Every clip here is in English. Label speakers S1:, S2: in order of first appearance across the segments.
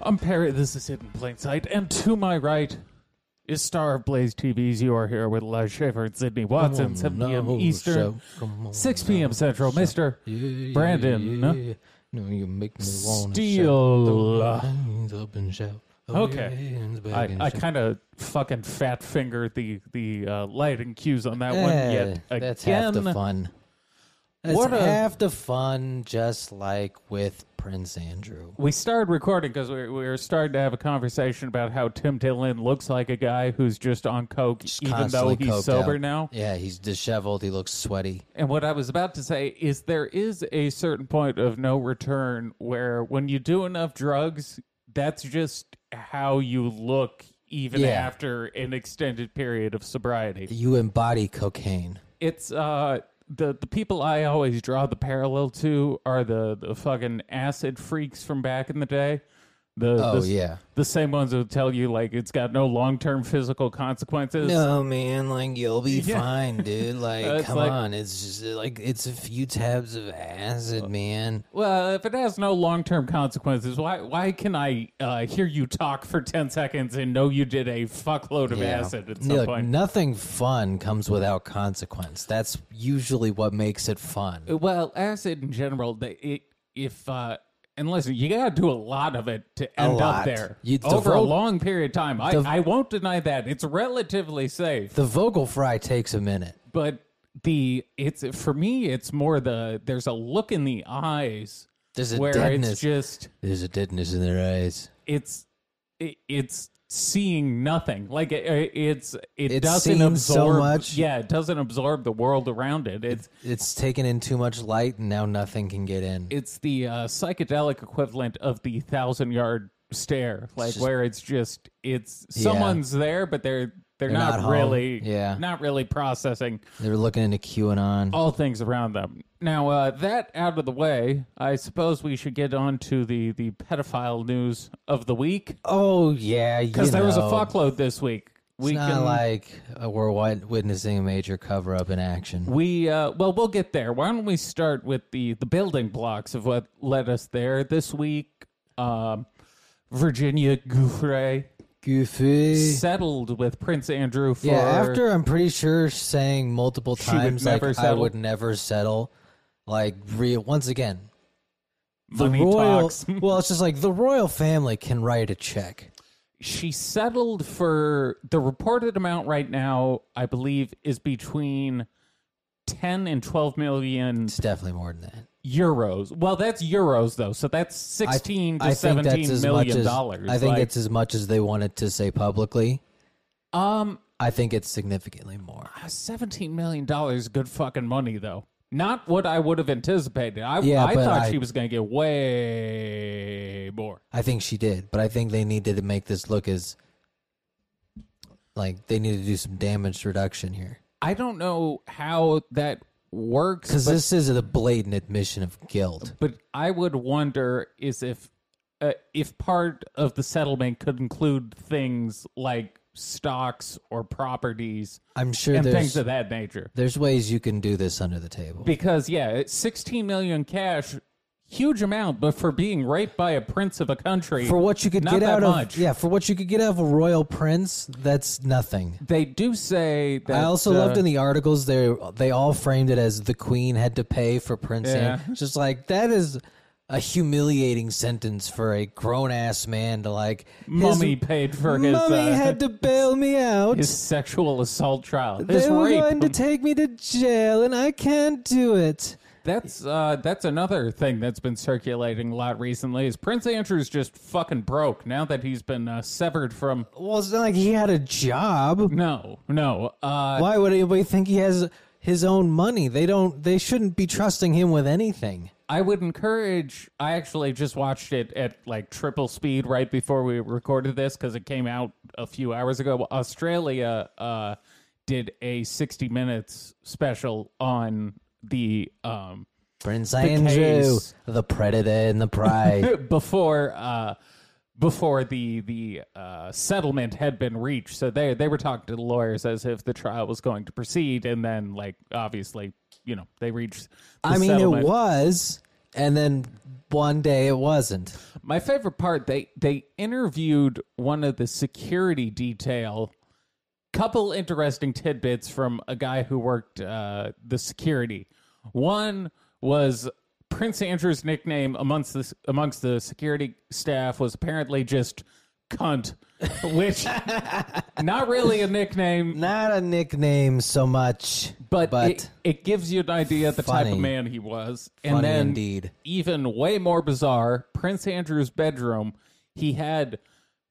S1: I'm Perry. This is Hidden Plain Sight, and to my right is Star of Blaze TV's. You are here with Les Schaefer and Sydney Watson, 7 p.m. Eastern, 6 p.m. Central. Mister Brandon.
S2: No, you make me want
S1: Steele.
S2: up and shout.
S1: Okay. I, I kind of fucking fat finger the the uh, lighting cues on that one yet again.
S2: Eh, That's half the fun. That's
S1: What a-
S2: half the fun, just like with Prince Andrew.
S1: we started recording because we, we were starting to have a conversation about how Tim Dillon looks like a guy who's just on coke, even though
S2: Constantly coked
S1: he's sober
S2: out.
S1: now.
S2: Yeah, he's disheveled. He looks sweaty.
S1: And what I was about to say is there is a certain point of no return where when you do enough drugs, that's just how you look even
S2: Yeah.
S1: after an extended period of sobriety.
S2: You embody cocaine.
S1: It's uh the, the people I always draw the parallel to are the, the fucking acid freaks from back in the day. The,
S2: Oh,
S1: the,
S2: yeah.
S1: the same ones who tell you like it's got no long term physical consequences.
S2: No, man, like you'll be fine, dude. Like,
S1: It's
S2: come
S1: like-
S2: on, it's just uh, like it's a few tabs of
S1: Oh,
S2: acid, man.
S1: Well, if it has no long term consequences, why why can I uh, hear you talk for ten seconds and know you did a fuckload of acid at some
S2: Look,
S1: point?
S2: nothing fun comes without consequence. That's usually what makes it fun.
S1: Well, acid in general, they, it, if uh, and listen, you gotta do a lot of it to end up
S2: lot.
S1: there
S2: You
S1: over a
S2: devote-
S1: long period of time. I,
S2: Dev-
S1: I won't deny that it's relatively safe,
S2: The vocal fry takes a minute.
S1: but the it's for me, it's more the there's a look in the eyes
S2: There's a
S1: where
S2: deadness.
S1: it's just.
S2: There's a deadness in their eyes.
S1: it's it, it's seeing nothing like it, it- it's it,
S2: It
S1: doesn't
S2: seems so
S1: absorb
S2: much.
S1: yeah it doesn't absorb the world around it it's
S2: It's taken in too much light, and now nothing can get in.
S1: it's the uh, psychedelic equivalent of the thousand yard stare like
S2: just-
S1: where it's just it's
S2: Yeah.
S1: someone's there but they're they're,
S2: They're
S1: not,
S2: not home.
S1: really
S2: Yeah.
S1: not really processing
S2: They're looking into QAnon.
S1: all things around them now uh, that out of the way i suppose we should get on to the the pedophile news of the week
S2: Oh yeah,
S1: because there was a fuckload this week
S2: It's
S1: we
S2: not like uh, we're wit- witnessing a major cover up in action.
S1: We uh, well, we'll get there. Why don't we start with the the building blocks of what led us there this week? Um, Virginia Gouffre
S2: Goofy.
S1: settled with Prince Andrew for
S2: Yeah, after I'm pretty sure saying multiple
S1: would
S2: times like
S1: never
S2: I
S1: settle.
S2: would never settle. Like real once again, the
S1: money
S2: royal.
S1: talks.
S2: well, it's just like the royal family can write a check.
S1: she settled for the reported amount right now. I believe is between ten and twelve million
S2: It's definitely more than that.
S1: euros. Well, that's euros though, so that's sixteen to
S2: I think
S1: seventeen million
S2: that's as much as,
S1: dollars.
S2: I think
S1: Like,
S2: it's as much as they wanted to say publicly.
S1: um.
S2: I think it's significantly more.
S1: Seventeen million dollars, is good fucking money though. Not what I would have anticipated. I,
S2: Yeah,
S1: I
S2: but
S1: thought
S2: I-
S1: she was going to get way more.
S2: I think she did, but I think they needed to make this look as like they needed to do some damage reduction here
S1: I don't know how that works,
S2: because this is a blatant admission of guilt.
S1: but I would wonder is if uh, if part of the settlement could include things like stocks or properties
S2: I'm sure
S1: and
S2: there's
S1: things of that nature.
S2: there's ways you can do this under the table.
S1: Because yeah, it's sixteen million cash, huge amount, but for being raped by a prince of a country
S2: For what you could
S1: not
S2: get
S1: that
S2: out
S1: much.
S2: of yeah, for what you could get out of a royal prince, that's nothing.
S1: They do say that.
S2: I also
S1: uh,
S2: loved in the articles they they all framed it as the queen had to pay for Prince
S1: Yeah.
S2: Andrew. Just like that is a humiliating sentence for a grown ass man to like his
S1: mummy paid for his
S2: mummy
S1: uh,
S2: had to bail me out.
S1: his sexual assault trial. His
S2: they were
S1: rape.
S2: going to take me to jail and I can't do it.
S1: that's uh, that's another thing that's been circulating a lot recently. Is Prince Andrew's just fucking broke now that he's been uh, severed from?
S2: Well, it's not like he had a job.
S1: No, no. Uh,
S2: Why would anybody think he has his own money? They don't they shouldn't be trusting him with anything.
S1: I would encourage. I actually just watched it at like triple speed right before we recorded this because it came out a few hours ago. Australia uh, did a sixty minutes special on the um,
S2: Prince Andrew,
S1: case.
S2: the predator and the pride.
S1: before uh, before the the uh, settlement had been reached. So they they were talking to the lawyers as if the trial was going to proceed, and then like obviously you know they reached. The
S2: I mean,
S1: settlement.
S2: it was, and then one day it wasn't.
S1: My favorite part they they interviewed one of the security detail. Couple interesting tidbits from a guy who worked uh, the security. One was Prince Andrew's nickname amongst the amongst the security staff was apparently just cunt, which not really a nickname,
S2: Not a nickname so much,
S1: but,
S2: but
S1: it, it gives you an idea of the type
S2: Funny.
S1: of man he was.
S2: funny
S1: and then
S2: indeed.
S1: even way more bizarre, Prince Andrew's bedroom, he had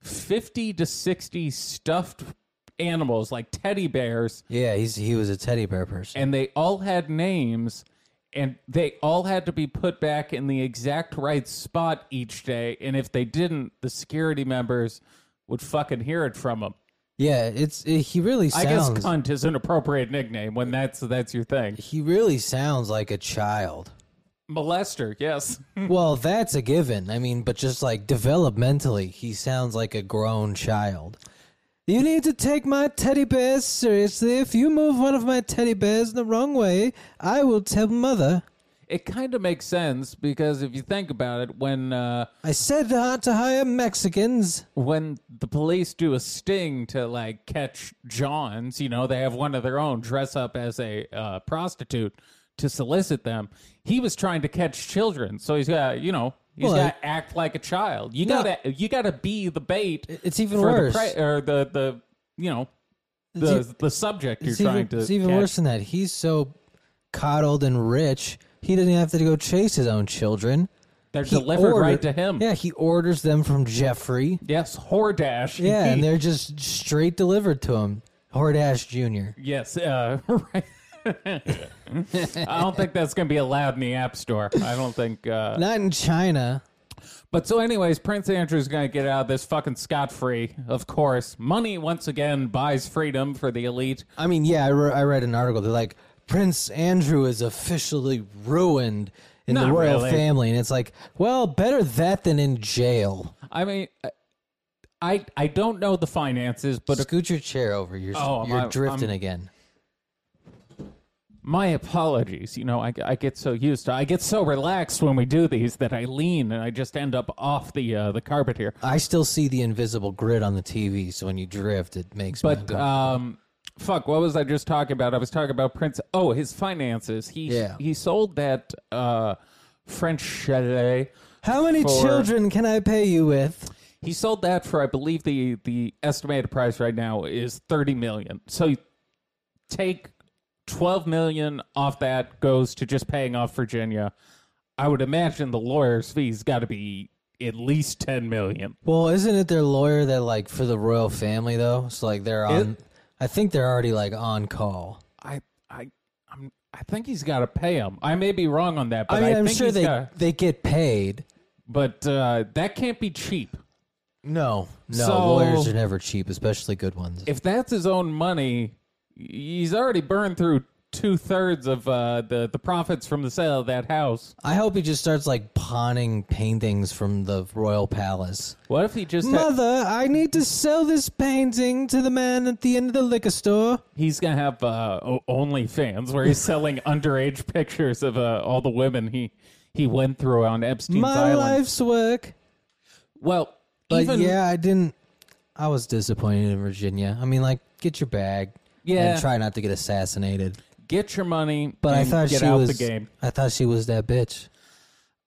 S1: 50 to 60 stuffed animals like teddy bears
S2: Yeah, he's he was a teddy bear person.
S1: and they all had names and they all had to be put back in the exact right spot each day and if they didn't the security members would fucking hear it from them
S2: Yeah, it's it, he really
S1: i guess
S2: sounds
S1: cunt is an appropriate nickname when that's that's your thing
S2: he really sounds like a child.
S1: molester yes
S2: Well, that's a given. I mean, but just like developmentally, he sounds like a grown child. You need to take my teddy bears seriously. If you move one of my teddy bears in the wrong way, I will tell mother.
S1: it kind of makes sense because if you think about it when uh
S2: I said not to hire Mexicans.
S1: when the police do a sting to like catch Johns, you know, they have one of their own dress up as a uh, prostitute to solicit them. He was trying to catch children, so he's got you know he's
S2: Well,
S1: got to act like a child. You
S2: No.
S1: gotta you gotta be the bait
S2: It's even
S1: for
S2: worse.
S1: the pre- or the the you know the
S2: It's e-,
S1: the subject you're
S2: It's
S1: trying
S2: even,
S1: to.
S2: it's even
S1: catch.
S2: worse than that. He's so coddled and rich, he didn't have to go chase his own children.
S1: They're
S2: He
S1: delivered right to
S2: ordered-
S1: him.
S2: Yeah, he orders them from Jeffrey.
S1: Yes, whoredash.
S2: Yeah, and they're just straight delivered to him. Hordash Jr.
S1: Yes, uh, right. I don't think that's going to be allowed in the App Store. I don't think. Uh,
S2: Not in China.
S1: But so, anyways, Prince Andrew's going to get out of this fucking scot free, of course. Money, once again, buys freedom for the elite.
S2: I mean, yeah, I, re- I read an article. They're like, Prince Andrew is officially ruined in the
S1: Not
S2: royal
S1: really.
S2: family. And it's like, well, better that than in jail.
S1: I mean, I I don't know the finances, but
S2: Scoot your chair over. You're,
S1: Oh,
S2: you're
S1: I'm-
S2: drifting again.
S1: my apologies. You know, I, I get so used to I get so relaxed when we do these that I lean and I just end up off the uh, the carpet here.
S2: I still see the invisible grid on the TV, so when you drift, it makes me.
S1: But
S2: uncomfortable.
S1: um, fuck, what was I just talking about? I was talking about Prince. Oh, his finances. He
S2: Yeah.
S1: he sold that uh, French chalet.
S2: How many
S1: for-
S2: children can I pay you with?
S1: He sold that for, I believe the the estimated price right now is thirty million. So you take twelve million off that goes to just paying off Virginia. I would imagine the lawyer's fees got to be at least ten million.
S2: Well, isn't it their lawyer that like for the royal family though? So like they're on. I think they're already like on call.
S1: I I I'm, I think he's got to pay him. I may be wrong on that, but
S2: I
S1: I
S2: mean, I am
S1: think
S2: sure
S1: he's
S2: they
S1: gotta-
S2: they get paid.
S1: but uh, that can't be cheap.
S2: No, no,
S1: So-
S2: lawyers are never cheap, especially good ones.
S1: If that's his own money, he's already burned through two thirds of uh, the the profits from the sale of that house.
S2: I hope he just starts like pawning paintings from the royal palace.
S1: What if he just ha-
S2: Mother, I need to sell this painting to the man at the end of the liquor store.
S1: he's gonna have uh, o- OnlyFans where he's selling underage pictures of uh, all the women he he went through on Epstein's
S2: My
S1: island.
S2: life's work.
S1: Well,
S2: But
S1: even
S2: yeah, I didn't. I was disappointed in Virginia. I mean, like, get your bag.
S1: Yeah.
S2: And try not to get assassinated.
S1: get your money,
S2: But I
S1: and
S2: thought
S1: get
S2: she
S1: out
S2: was.
S1: the game.
S2: I thought she was that bitch.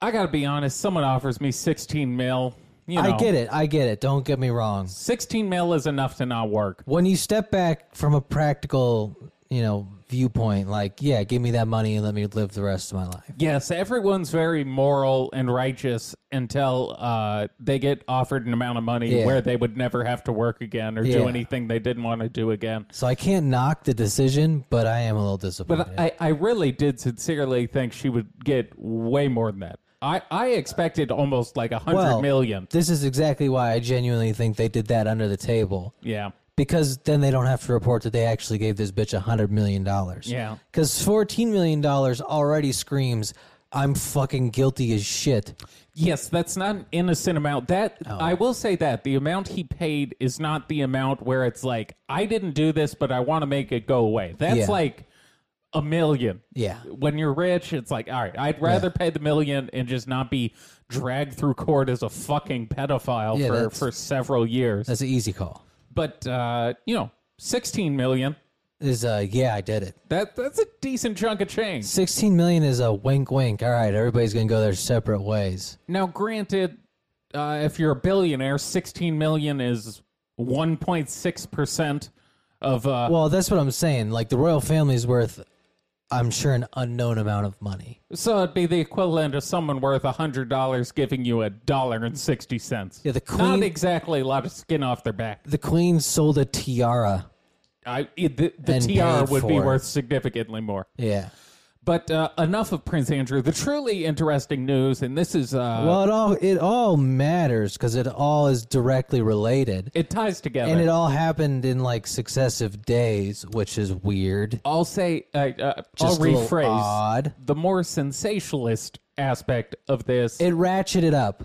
S1: I gotta be honest. Someone offers me sixteen mil. You know,
S2: I get it. I get it. Don't get me wrong.
S1: Sixteen mil is enough to not work.
S2: When you step back from a practical, you know, viewpoint, like, yeah, give me that money and let me live the rest of my life.
S1: Yes, everyone's very moral and righteous until uh, they get offered an amount of money
S2: Yeah.
S1: where they would never have to work again or
S2: Yeah.
S1: do anything they didn't want to do again.
S2: So I can't knock the decision, but I am a little disappointed.
S1: But I, I really did sincerely think she would get way more than that. I, I expected almost like a hundred million.
S2: Well, this is exactly why I genuinely think they did that under the table.
S1: Yeah.
S2: because then they don't have to report that they actually gave this bitch a hundred million dollars.
S1: Yeah.
S2: because fourteen million dollars already screams, "I'm fucking guilty as shit."
S1: Yes, that's not an innocent amount. That I will say that the amount he paid is not the amount where it's like I didn't do this, but I want to make it go away. That's
S2: Yeah.
S1: like a million.
S2: Yeah.
S1: When you're rich, it's like, all right, I'd rather pay the million and just not be dragged through court as a fucking pedophile
S2: Yeah,
S1: for,
S2: that's-
S1: for several years.
S2: That's an easy call.
S1: But uh, you know, sixteen million.
S2: Is uh yeah, I did it.
S1: That that's a decent chunk of change.
S2: Sixteen million is a wink wink. All right, everybody's gonna go their separate ways.
S1: Now, granted, uh, if you're a billionaire, sixteen million is one point six percent of uh,
S2: Well, that's what I'm saying. Like the royal family's worth I'm sure an unknown amount of money.
S1: So it'd be the equivalent of someone worth a hundred dollars giving you a dollar and sixty cents.
S2: Yeah, the
S1: Not
S2: queen-
S1: exactly a lot of skin off their back.
S2: The queen sold a tiara.
S1: I, it, the the
S2: And
S1: TR
S2: paid
S1: would be
S2: for it.
S1: worth significantly more.
S2: Yeah.
S1: But uh, enough of Prince Andrew. The truly interesting news, and this is uh,
S2: Well, it all it all matters because it all is directly related,
S1: it ties together.
S2: and it all happened in like successive days, which is weird.
S1: I'll say, uh, uh, I'll
S2: Just a little
S1: rephrase
S2: odd.
S1: the more sensationalist aspect of this.
S2: It ratcheted up.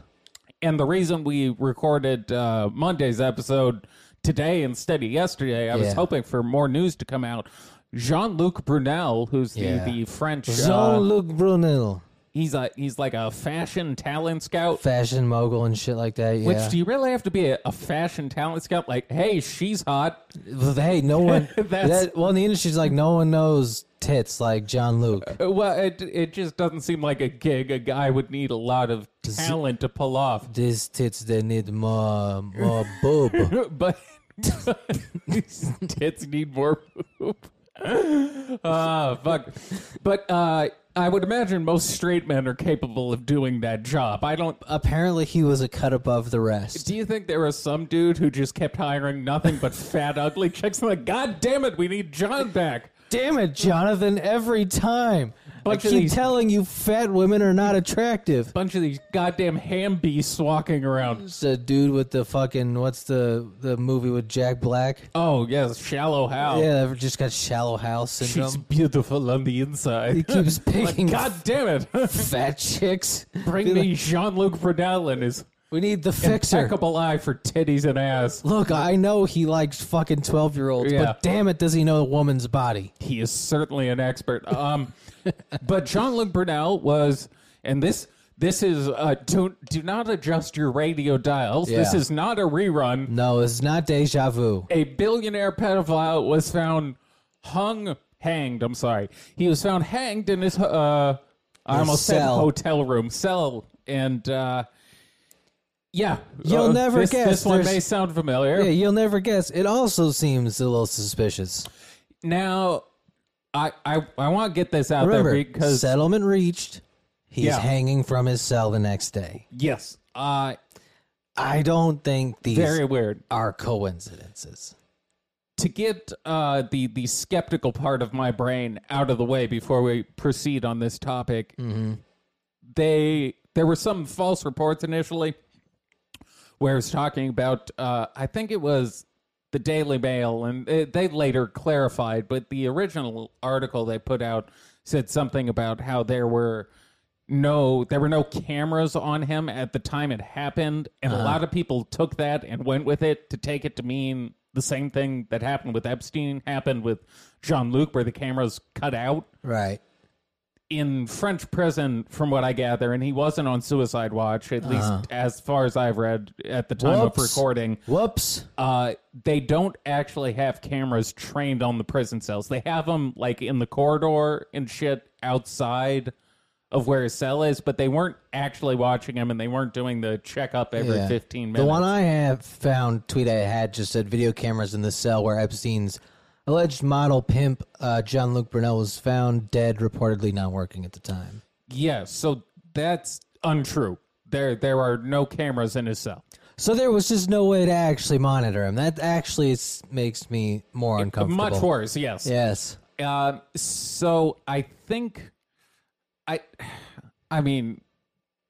S1: and the reason we recorded uh, Monday's episode today instead of yesterday, I was
S2: Yeah.
S1: hoping for more news to come out. Jean Luc Brunel, who's
S2: Yeah.
S1: the, the French, uh,
S2: Jean-Luc Brunel,
S1: he's a he's like a fashion talent scout.
S2: fashion mogul and shit like that. Yeah.
S1: Which do you really have to be a, a fashion talent scout? Like, hey, she's hot.
S2: hey, no one.
S1: That's-
S2: that, well, in the industry's like no one knows tits like John Luke.
S1: Uh, Well, it it just doesn't seem like a gig a guy would need a lot of talent to pull off.
S2: These tits they need more more boob.
S1: but these tits need more poop. Ah, fuck. But uh, I would imagine most straight men are capable of doing that job. I don't.
S2: Apparently, he was a cut above the rest.
S1: Do you think there was some dude who just kept hiring nothing but fat, ugly chicks? And like, God damn it, we need John back.
S2: Damn it, Jonathan! Every time.
S1: Bunch
S2: I
S1: of
S2: keep
S1: these-
S2: telling you, fat women are not attractive.
S1: Bunch of these goddamn ham beasts walking around.
S2: It's a dude with the fucking what's the the movie with Jack Black?
S1: Oh yes, shallow how.
S2: Yeah, that just got shallow house syndrome.
S1: She's beautiful on the inside.
S2: He keeps picking
S1: God damn it!
S2: fat chicks.
S1: Bring
S2: Be like,
S1: me Jean Luc Brunel and his
S2: we need the fixer.
S1: impeccable eye for titties and ass.
S2: Look, I know he likes fucking twelve year olds,
S1: Yeah.
S2: but damn it, does he know a woman's body?
S1: He is certainly an expert. Um, but John Luke Brunel was, and this this is uh, do do not adjust your radio dials. This
S2: Yeah.
S1: is not a rerun.
S2: No, it's not deja vu.
S1: A billionaire pedophile was found hung hanged. I'm sorry, he was found hanged in his uh, I almost
S2: cell.
S1: said hotel room cell and. Uh, yeah,
S2: You'll
S1: Uh,
S2: never
S1: this,
S2: guess.
S1: This one
S2: There's-
S1: may sound familiar.
S2: Yeah, you'll never guess. It also seems a little suspicious.
S1: Now, I I, I want to get this out
S2: Remember,
S1: there because
S2: settlement reached. He's
S1: Yeah.
S2: hanging from his cell the next day.
S1: yes, uh,
S2: I don't think these
S1: very weird.
S2: are coincidences.
S1: To get uh, the the skeptical part of my brain out of the way before we proceed on this topic,
S2: Mm-hmm.
S1: they there were some false reports initially where it was talking about uh, I think it was the Daily Mail, and it, they later clarified, but the original article they put out said something about how there were no there were no cameras on him at the time it happened and a lot of people took that and went with it to take it to mean the same thing that happened with Epstein happened with Jean-Luc where the cameras cut out
S2: Right.
S1: in French prison, from what I gather, and he wasn't on suicide watch, at least as far as I've read at the time of
S2: Uh-huh. Whoops.
S1: recording.
S2: Whoops.
S1: Uh, they don't actually have cameras trained on the prison cells. They have them like in the corridor and shit outside of where his cell is, but they weren't actually watching him and they weren't doing the checkup every
S2: Yeah.
S1: 15 minutes.
S2: The one I have found tweet I had just said video cameras in the cell where Epstein's alleged model pimp uh, John Luke Brunel was found dead, reportedly not working at the time.
S1: yeah, so that's untrue. There, there are no cameras in his cell.
S2: So there was just no way to actually monitor him. That actually s- makes me more uncomfortable.
S1: Much worse, yes.
S2: Yes.
S1: Um, so I think, I, I mean,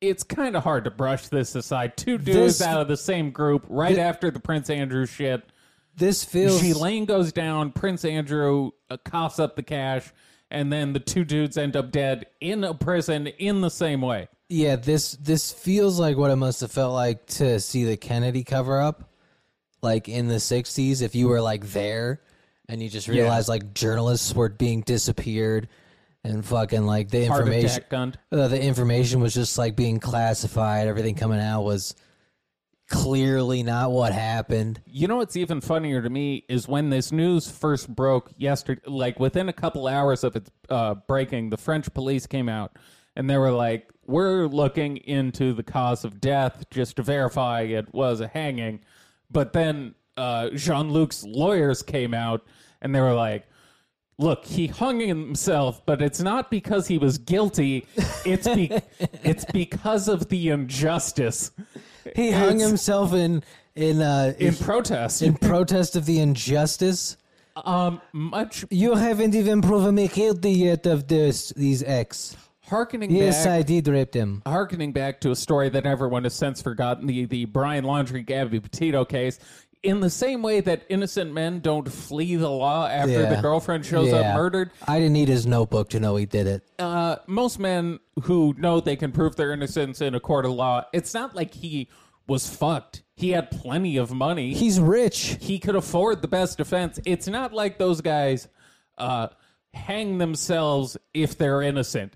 S1: it's kind of hard to brush this aside. Two dudes
S2: This-
S1: out of the same group right after the Prince Andrew shit.
S2: This feels
S1: Ghislaine goes down. Prince Andrew uh, coughs up the cash, and then the two dudes end up dead in a prison in the same way.
S2: Yeah, this this feels like what it must have felt like to see the Kennedy cover up, like in the '60s. If you were like there, and you just realize like journalists were being disappeared and fucking like the
S1: Heart
S2: information
S1: attack gun.
S2: uh, the information was just like being classified everything coming out was clearly not what happened
S1: You know what's even funnier to me is when this news first broke yesterday, like within a couple hours of its uh, breaking, the French police came out and they were like, We're looking into the cause of death just to verify it was a hanging. But then uh, Jean Luc's lawyers came out and they were like, Look, he hung himself, but it's not because he was guilty. It's be- it's because of the injustice
S2: he hung
S1: It's-
S2: himself in in uh
S1: in protest.
S2: in protest of the injustice
S1: um, much
S2: you haven't even proven me guilty yet of this these acts
S1: Harkening
S2: yes
S1: back,
S2: i did rape them
S1: harkening back to a story that everyone has since forgotten the the Brian Laundry Gabby Petito case. In the same way that innocent men don't flee the law after the
S2: Yeah.
S1: girlfriend shows
S2: Yeah.
S1: up murdered,
S2: i didn't need his notebook to know he did it
S1: uh, most men who know they can prove their innocence in a court of law, it's not like he was fucked. He had plenty of money.
S2: he's rich
S1: he could afford the best defense. It's not like those guys uh, hang themselves if they're innocent.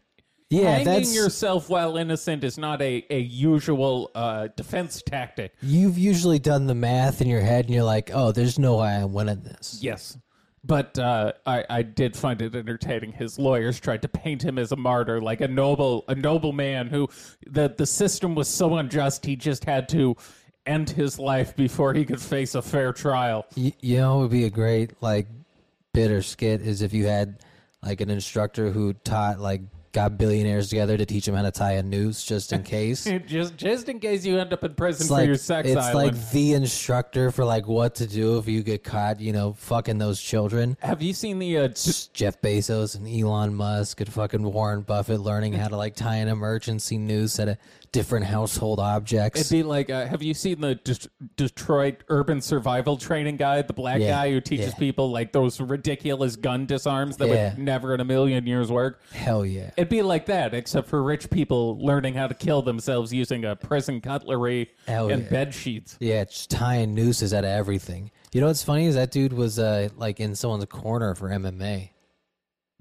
S2: Yeah,
S1: hanging
S2: that's-
S1: yourself while innocent is not a, a usual uh, defense tactic.
S2: You've usually done the math in your head and you're like, oh, there's no way I'm winning this.
S1: Yes. But uh, I, I did find it entertaining. His lawyers tried to paint him as a martyr, like a noble, a noble man who the the system was so unjust he just had to end his life before he could face a fair trial.
S2: You, you know, it would be a great, like, bit or skit is if you had, like, an instructor who taught, like, got billionaires together to teach them how to tie a noose just in case. it's
S1: Just just in case you end up in prison for
S2: like,
S1: your sex
S2: it's
S1: island.
S2: like the instructor for, like, what to do if you get caught, you know, fucking those children.
S1: Have you seen the uh, d-
S2: It's Jeff Bezos and Elon Musk and fucking Warren Buffett learning how to, like, tie an emergency noose at a different household objects.
S1: It'd be like, uh, have you seen the De- Detroit Urban Survival Training Guide? The black
S2: Yeah,
S1: guy who teaches
S2: yeah.
S1: people like those ridiculous gun disarms that
S2: Yeah.
S1: would never in a million years work.
S2: Hell yeah.
S1: It'd be like that, except for rich people learning how to kill themselves using a prison cutlery
S2: Hell
S1: and
S2: yeah.
S1: bed sheets.
S2: Yeah, just tying nooses out of everything. You know what's funny is that dude was uh, like in someone's corner for MMA.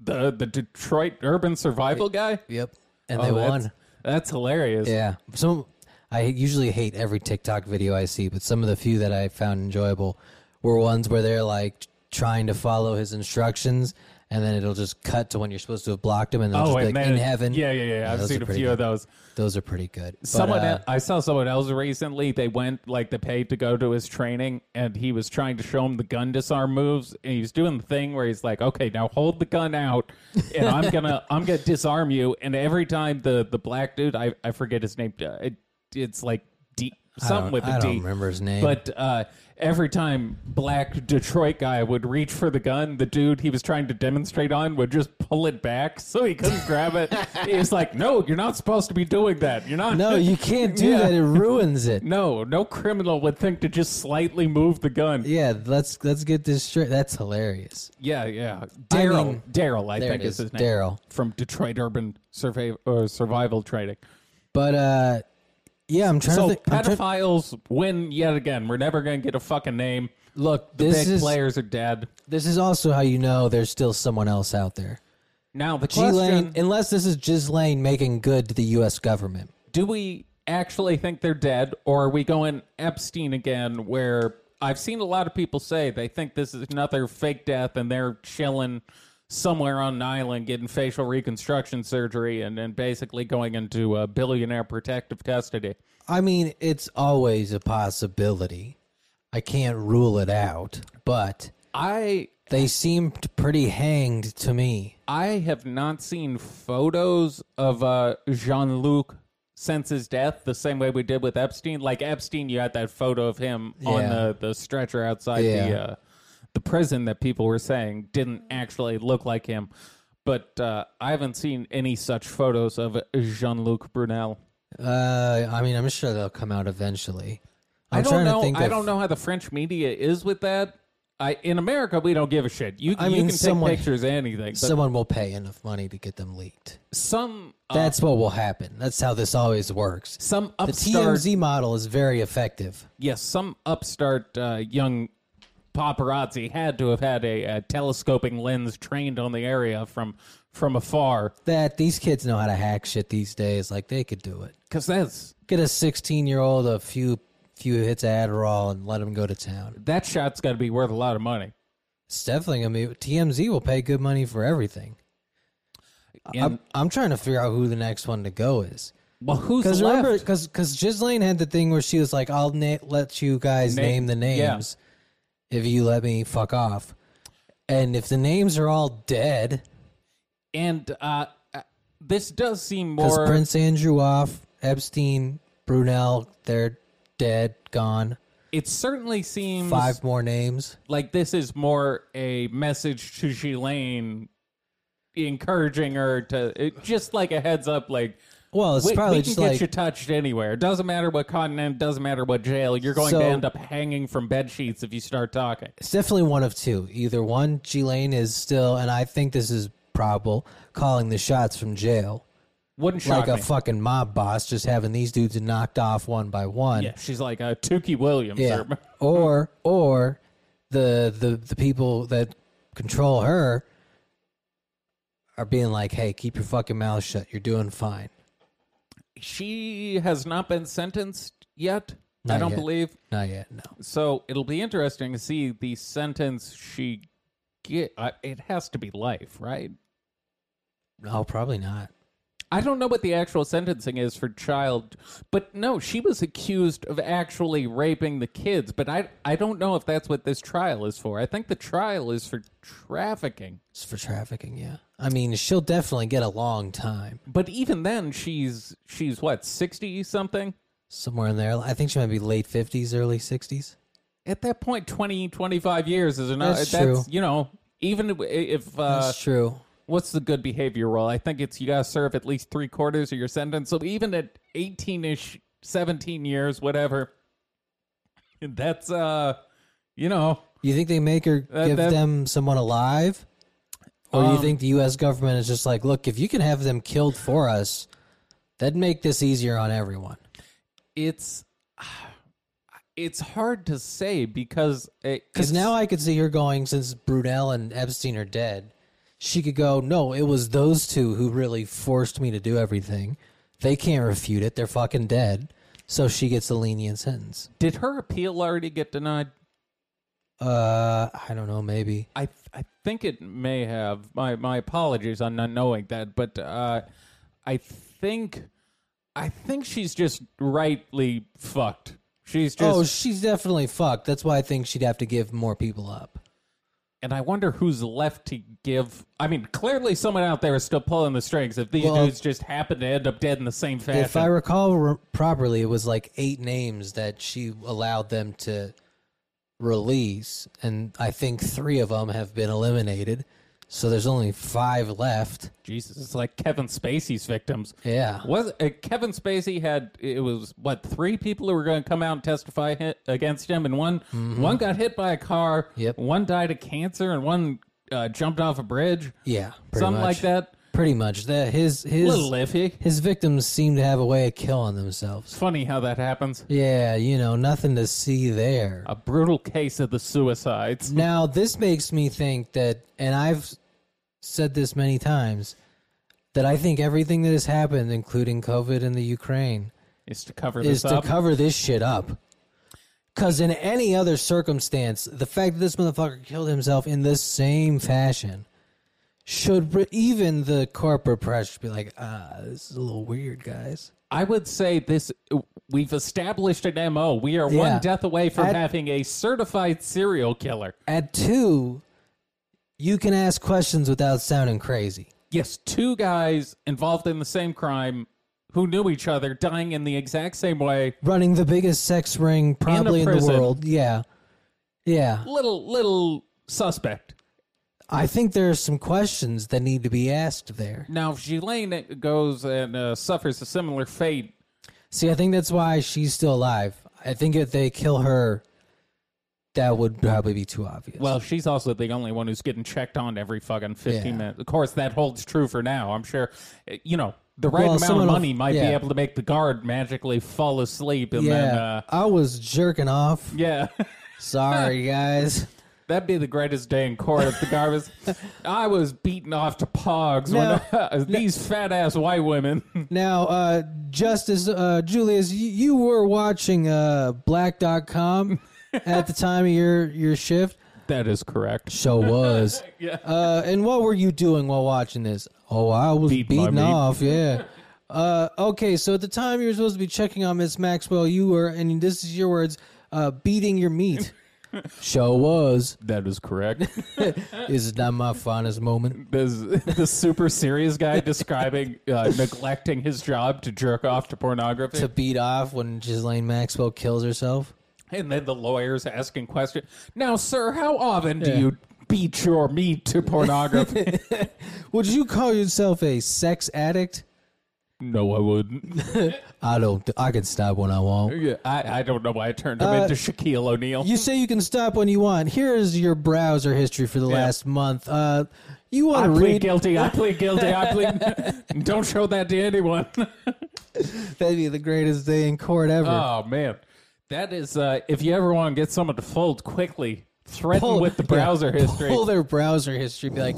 S1: The the Detroit Urban Survival guy.
S2: Yep, and
S1: Oh,
S2: they
S1: that's-
S2: won.
S1: That's hilarious.
S2: Yeah, some I usually hate every TikTok video I see, but some of the few that I found enjoyable were ones where they're like trying to follow his instructions, and then it'll just cut to when you're supposed to have blocked him, and they'll
S1: Oh,
S2: just be
S1: and
S2: like
S1: then,
S2: in heaven.
S1: Yeah, yeah, yeah. I've
S2: those
S1: seen
S2: are
S1: a
S2: pretty
S1: few of
S2: good.
S1: those.
S2: Those are pretty good. But,
S1: Someone
S2: uh,
S1: el I saw someone else recently. They went like they paid to go to his training, and he was trying to show him the gun disarm moves, and he was doing the thing where he's like, "Okay, now hold the gun out, and I'm gonna I'm gonna disarm you." And every time the the black dude, I I forget his name, uh, it, it's like D
S2: I
S1: something
S2: don't-
S1: with a D.
S2: I don't remember his name.
S1: But uh, every time black Detroit guy would reach for the gun, the dude he was trying to demonstrate on would just pull it back so he couldn't grab it. He's like, "No, you're not supposed to be doing that. You're not."
S2: no, you can't do
S1: Yeah.
S2: that. It ruins it.
S1: No, no criminal would think to just slightly move the gun.
S2: Yeah, let's let's get this straight. That's hilarious.
S1: Yeah, yeah.
S2: I
S1: Daryl,
S2: mean-
S1: Daryl, I
S2: There
S1: think
S2: it
S1: is
S2: is,
S1: his name.
S2: Daryl.
S1: from Detroit Urban Survey or Survival Trading.
S2: But uh, yeah, I'm trying
S1: So
S2: to think. I'm trying-
S1: pedophiles win yet again. We're never gonna get a fucking name. Look, the
S2: this
S1: big
S2: is-
S1: players are dead.
S2: this is also how you know there's still someone else out there.
S1: Now the question:
S2: Ghislaine, unless this is Ghislaine making good to the U.S. government.
S1: do we actually think they're dead or are we going epstein again where i've seen a lot of people say they think this is another fake death and they're chilling somewhere on an island getting facial reconstruction surgery and then basically going into a billionaire protective custody
S2: I mean, it's always a possibility. I can't rule it out, but
S1: i
S2: they seemed pretty hanged to me.
S1: i have not seen photos of uh, jean-luc since his death the same way we did with epstein like epstein you had that photo of him on
S2: Yeah.
S1: the, the stretcher outside the
S2: Yeah.
S1: uh, the prison that people were saying didn't actually look like him but uh, i haven't seen any such photos of jean-luc brunel
S2: Uh, I mean, I'm sure they'll come out eventually. I'm
S1: I do not
S2: trying
S1: know
S2: to think.
S1: i
S2: of-
S1: don't know how the french media is with that I, in America, we don't give a shit. You,
S2: I
S1: you
S2: mean,
S1: can take
S2: someone-
S1: pictures of anything, but
S2: Someone will pay enough money to get them leaked.
S1: some uh,
S2: That's what will happen. That's how this always works.
S1: some
S2: The
S1: upstart
S2: TMZ model is very effective.
S1: yes, some upstart uh, young paparazzi had to have had a, a telescoping lens trained on the area from from afar
S2: That these kids know how to hack shit these days. Like they could do it.
S1: because that's
S2: Get a 16 year old a few few hits of Adderall and let him go to town.
S1: that shot's got to be worth a lot of money.
S2: It's definitely gonna be TMZ will pay good money for everything.
S1: And,
S2: Uh, I'm, I'm trying to figure out who the next one to go is.
S1: well, who's
S2: Because
S1: left?
S2: remember, because Ghislaine had the thing where she was like, "I'll na- let you guys
S1: Name-
S2: name, the
S1: yeah.
S2: names if you let me fuck off." And if the names are all dead,
S1: and uh, uh, this does seem
S2: because
S1: more
S2: Prince Andrew off, Epstein, Brunel, they're dead, gone.
S1: it certainly seems
S2: Five more names.
S1: like this is more a message to Ghislaine encouraging her to it, just like a heads up like
S2: Well, it's
S1: we,
S2: probably
S1: we can
S2: just
S1: get
S2: like
S1: you touched anywhere It doesn't matter what continent doesn't matter what jail you're going
S2: So-
S1: to end up hanging from bed sheets if you start talking
S2: it's definitely one of two. Either one, Ghislaine is still, and I think this is probable, calling the shots from jail.
S1: wouldn't shock
S2: Like a
S1: me
S2: fucking mob boss, just having these dudes knocked off one by one.
S1: yeah she's like a Tukey Williams
S2: Yeah.
S1: or-
S2: or or the the the people that control her are being like, "Hey, keep your fucking mouth shut. You're doing fine."
S1: she has not been sentenced yet I
S2: Not
S1: don't
S2: yet.
S1: believe
S2: Not yet. No.
S1: So it'll be interesting to see the sentence she get. Uh, it has to be life, right?
S2: No, probably not.
S1: I don't know what the actual sentencing is for child, but no, she was accused of actually raping the kids. But I, I don't know if that's what this trial is for. I think the trial is for trafficking.
S2: It's for trafficking. Yeah. I mean, she'll definitely get a long time
S1: But even then, she's she's what sixty something
S2: somewhere in there. I think she might be late fifties, early sixties.
S1: at that point. 20, 25 years is enough.
S2: That's true.
S1: You know, even if- if uh,
S2: That's true.
S1: what's the good behavior rule? I think it's you got to serve at least three quarters of your sentence. So even at 18 ish, 17 years, whatever, that's, uh, you know,
S2: You think they make her
S1: That-
S2: give
S1: that-
S2: them someone alive? Or you
S1: Um,
S2: think the U.S. government is just like, look, if you can have them killed for us, that'd make this easier on everyone.
S1: it's, it's hard to say because it-
S2: Because
S1: it's-
S2: now I could see her going, since Brunel and Epstein are dead, she could go, no, it was those two who really forced me to do everything. They can't refute it. They're fucking dead. So she gets a lenient sentence.
S1: did her appeal already get denied?
S2: Uh, I don't know, maybe.
S1: I I think it may have. My my apologies on not knowing that, but uh, I think I think she's just rightly fucked. She's just
S2: oh, she's definitely fucked. That's why I think she'd have to give more people up.
S1: And I wonder who's left to give. I mean, clearly someone out there is still pulling the strings. If these
S2: Well,
S1: dudes just happen to end up dead in the same fashion,
S2: If I recall re- properly, it was like eight names that she allowed them to release, and I think three of them have been eliminated. So there's only five left.
S1: Jesus, it's like Kevin Spacey's victims.
S2: Yeah,
S1: Was uh, Kevin Spacey had it was what three people who were going to come out and testify hit, against him, and one one got hit by a car,
S2: Mm-hmm. Yep.
S1: one died of cancer, and one uh, jumped off a bridge,
S2: yeah, pretty
S1: something
S2: much.
S1: like that.
S2: Pretty much. That his his
S1: Little iffy.
S2: his victims seem to have a way of killing themselves.
S1: Funny how that happens.
S2: Yeah, you know, nothing to see there.
S1: A brutal case of the suicides.
S2: Now, this makes me think that, and I've said this many times, that I think everything that has happened, including COVID and the Ukraine,
S1: Is to cover
S2: is
S1: this
S2: to
S1: up.
S2: cover this shit up. Because in any other circumstance, the fact that this motherfucker killed himself in this same fashion should re- even the corporate press should be like, ah, this is a little weird, guys.
S1: I would say this we've established an MO. We are one
S2: Yeah.
S1: death away from
S2: At-
S1: having a certified serial killer.
S2: At two, you can ask questions without sounding crazy.
S1: Yes, two guys involved in the same crime who knew each other dying in the exact same way.
S2: running the biggest sex ring probably in the
S1: prison.
S2: world. Yeah. Yeah.
S1: Little little suspect.
S2: I think there are some questions that need to be asked there.
S1: Now if Ghislaine goes and uh, suffers a similar fate,
S2: See, I think that's why she's still alive. I think if they kill her, that would probably be too obvious.
S1: well, she's also the only one who's getting checked on every fucking 15
S2: Yeah.
S1: minutes. Of course, that holds true for now. I'm sure, Uh, you know, the right
S2: Well,
S1: amount of
S2: someone will-
S1: money might be
S2: yeah.
S1: able to make the guard magically fall asleep and
S2: yeah.
S1: then, uh,
S2: I was jerking off.
S1: yeah.
S2: Sorry, guys.
S1: That'd be the greatest day in court if the guy was. I was beaten off to pogs when these fat ass white women.
S2: Now, uh, Justice uh, Julius, you, you were watching uh, Black.com at the time of your, your shift.
S1: that is correct.
S2: So was.
S1: Yeah.
S2: Uh, and what were you doing while watching this? Oh, I was
S1: Beat my
S2: beaten
S1: meat.
S2: off. Yeah. Uh, okay, so at the time you were supposed to be checking on Miss Maxwell, you were, and this is your words, uh, beating your meat. Show was.
S1: That is correct.
S2: This is not my finest moment.
S1: This the super serious guy describing uh, neglecting his job to jerk off to pornography,
S2: To beat off when Ghislaine Maxwell kills herself.
S1: and then the lawyers asking questions. Now, sir, how often do you beat your meat to pornography?
S2: Would you call yourself a sex addict?
S1: no, I wouldn't.
S2: I don't. I can stop when I want.
S1: Yeah, I, I don't know why I turned him into Shaquille O'Neal.
S2: You say you can stop when you want. Here is your browser history for the last month. Uh, you
S1: I
S2: want to
S1: plead
S2: read?
S1: guilty. I plead guilty. I plead. Don't show that to anyone.
S2: That'd be the greatest day in court ever.
S1: Oh man, that is. Uh, if you ever want to get someone to fold quickly, threaten
S2: Pull-
S1: with the browser
S2: yeah,
S1: history.
S2: Pull their browser history. Be like,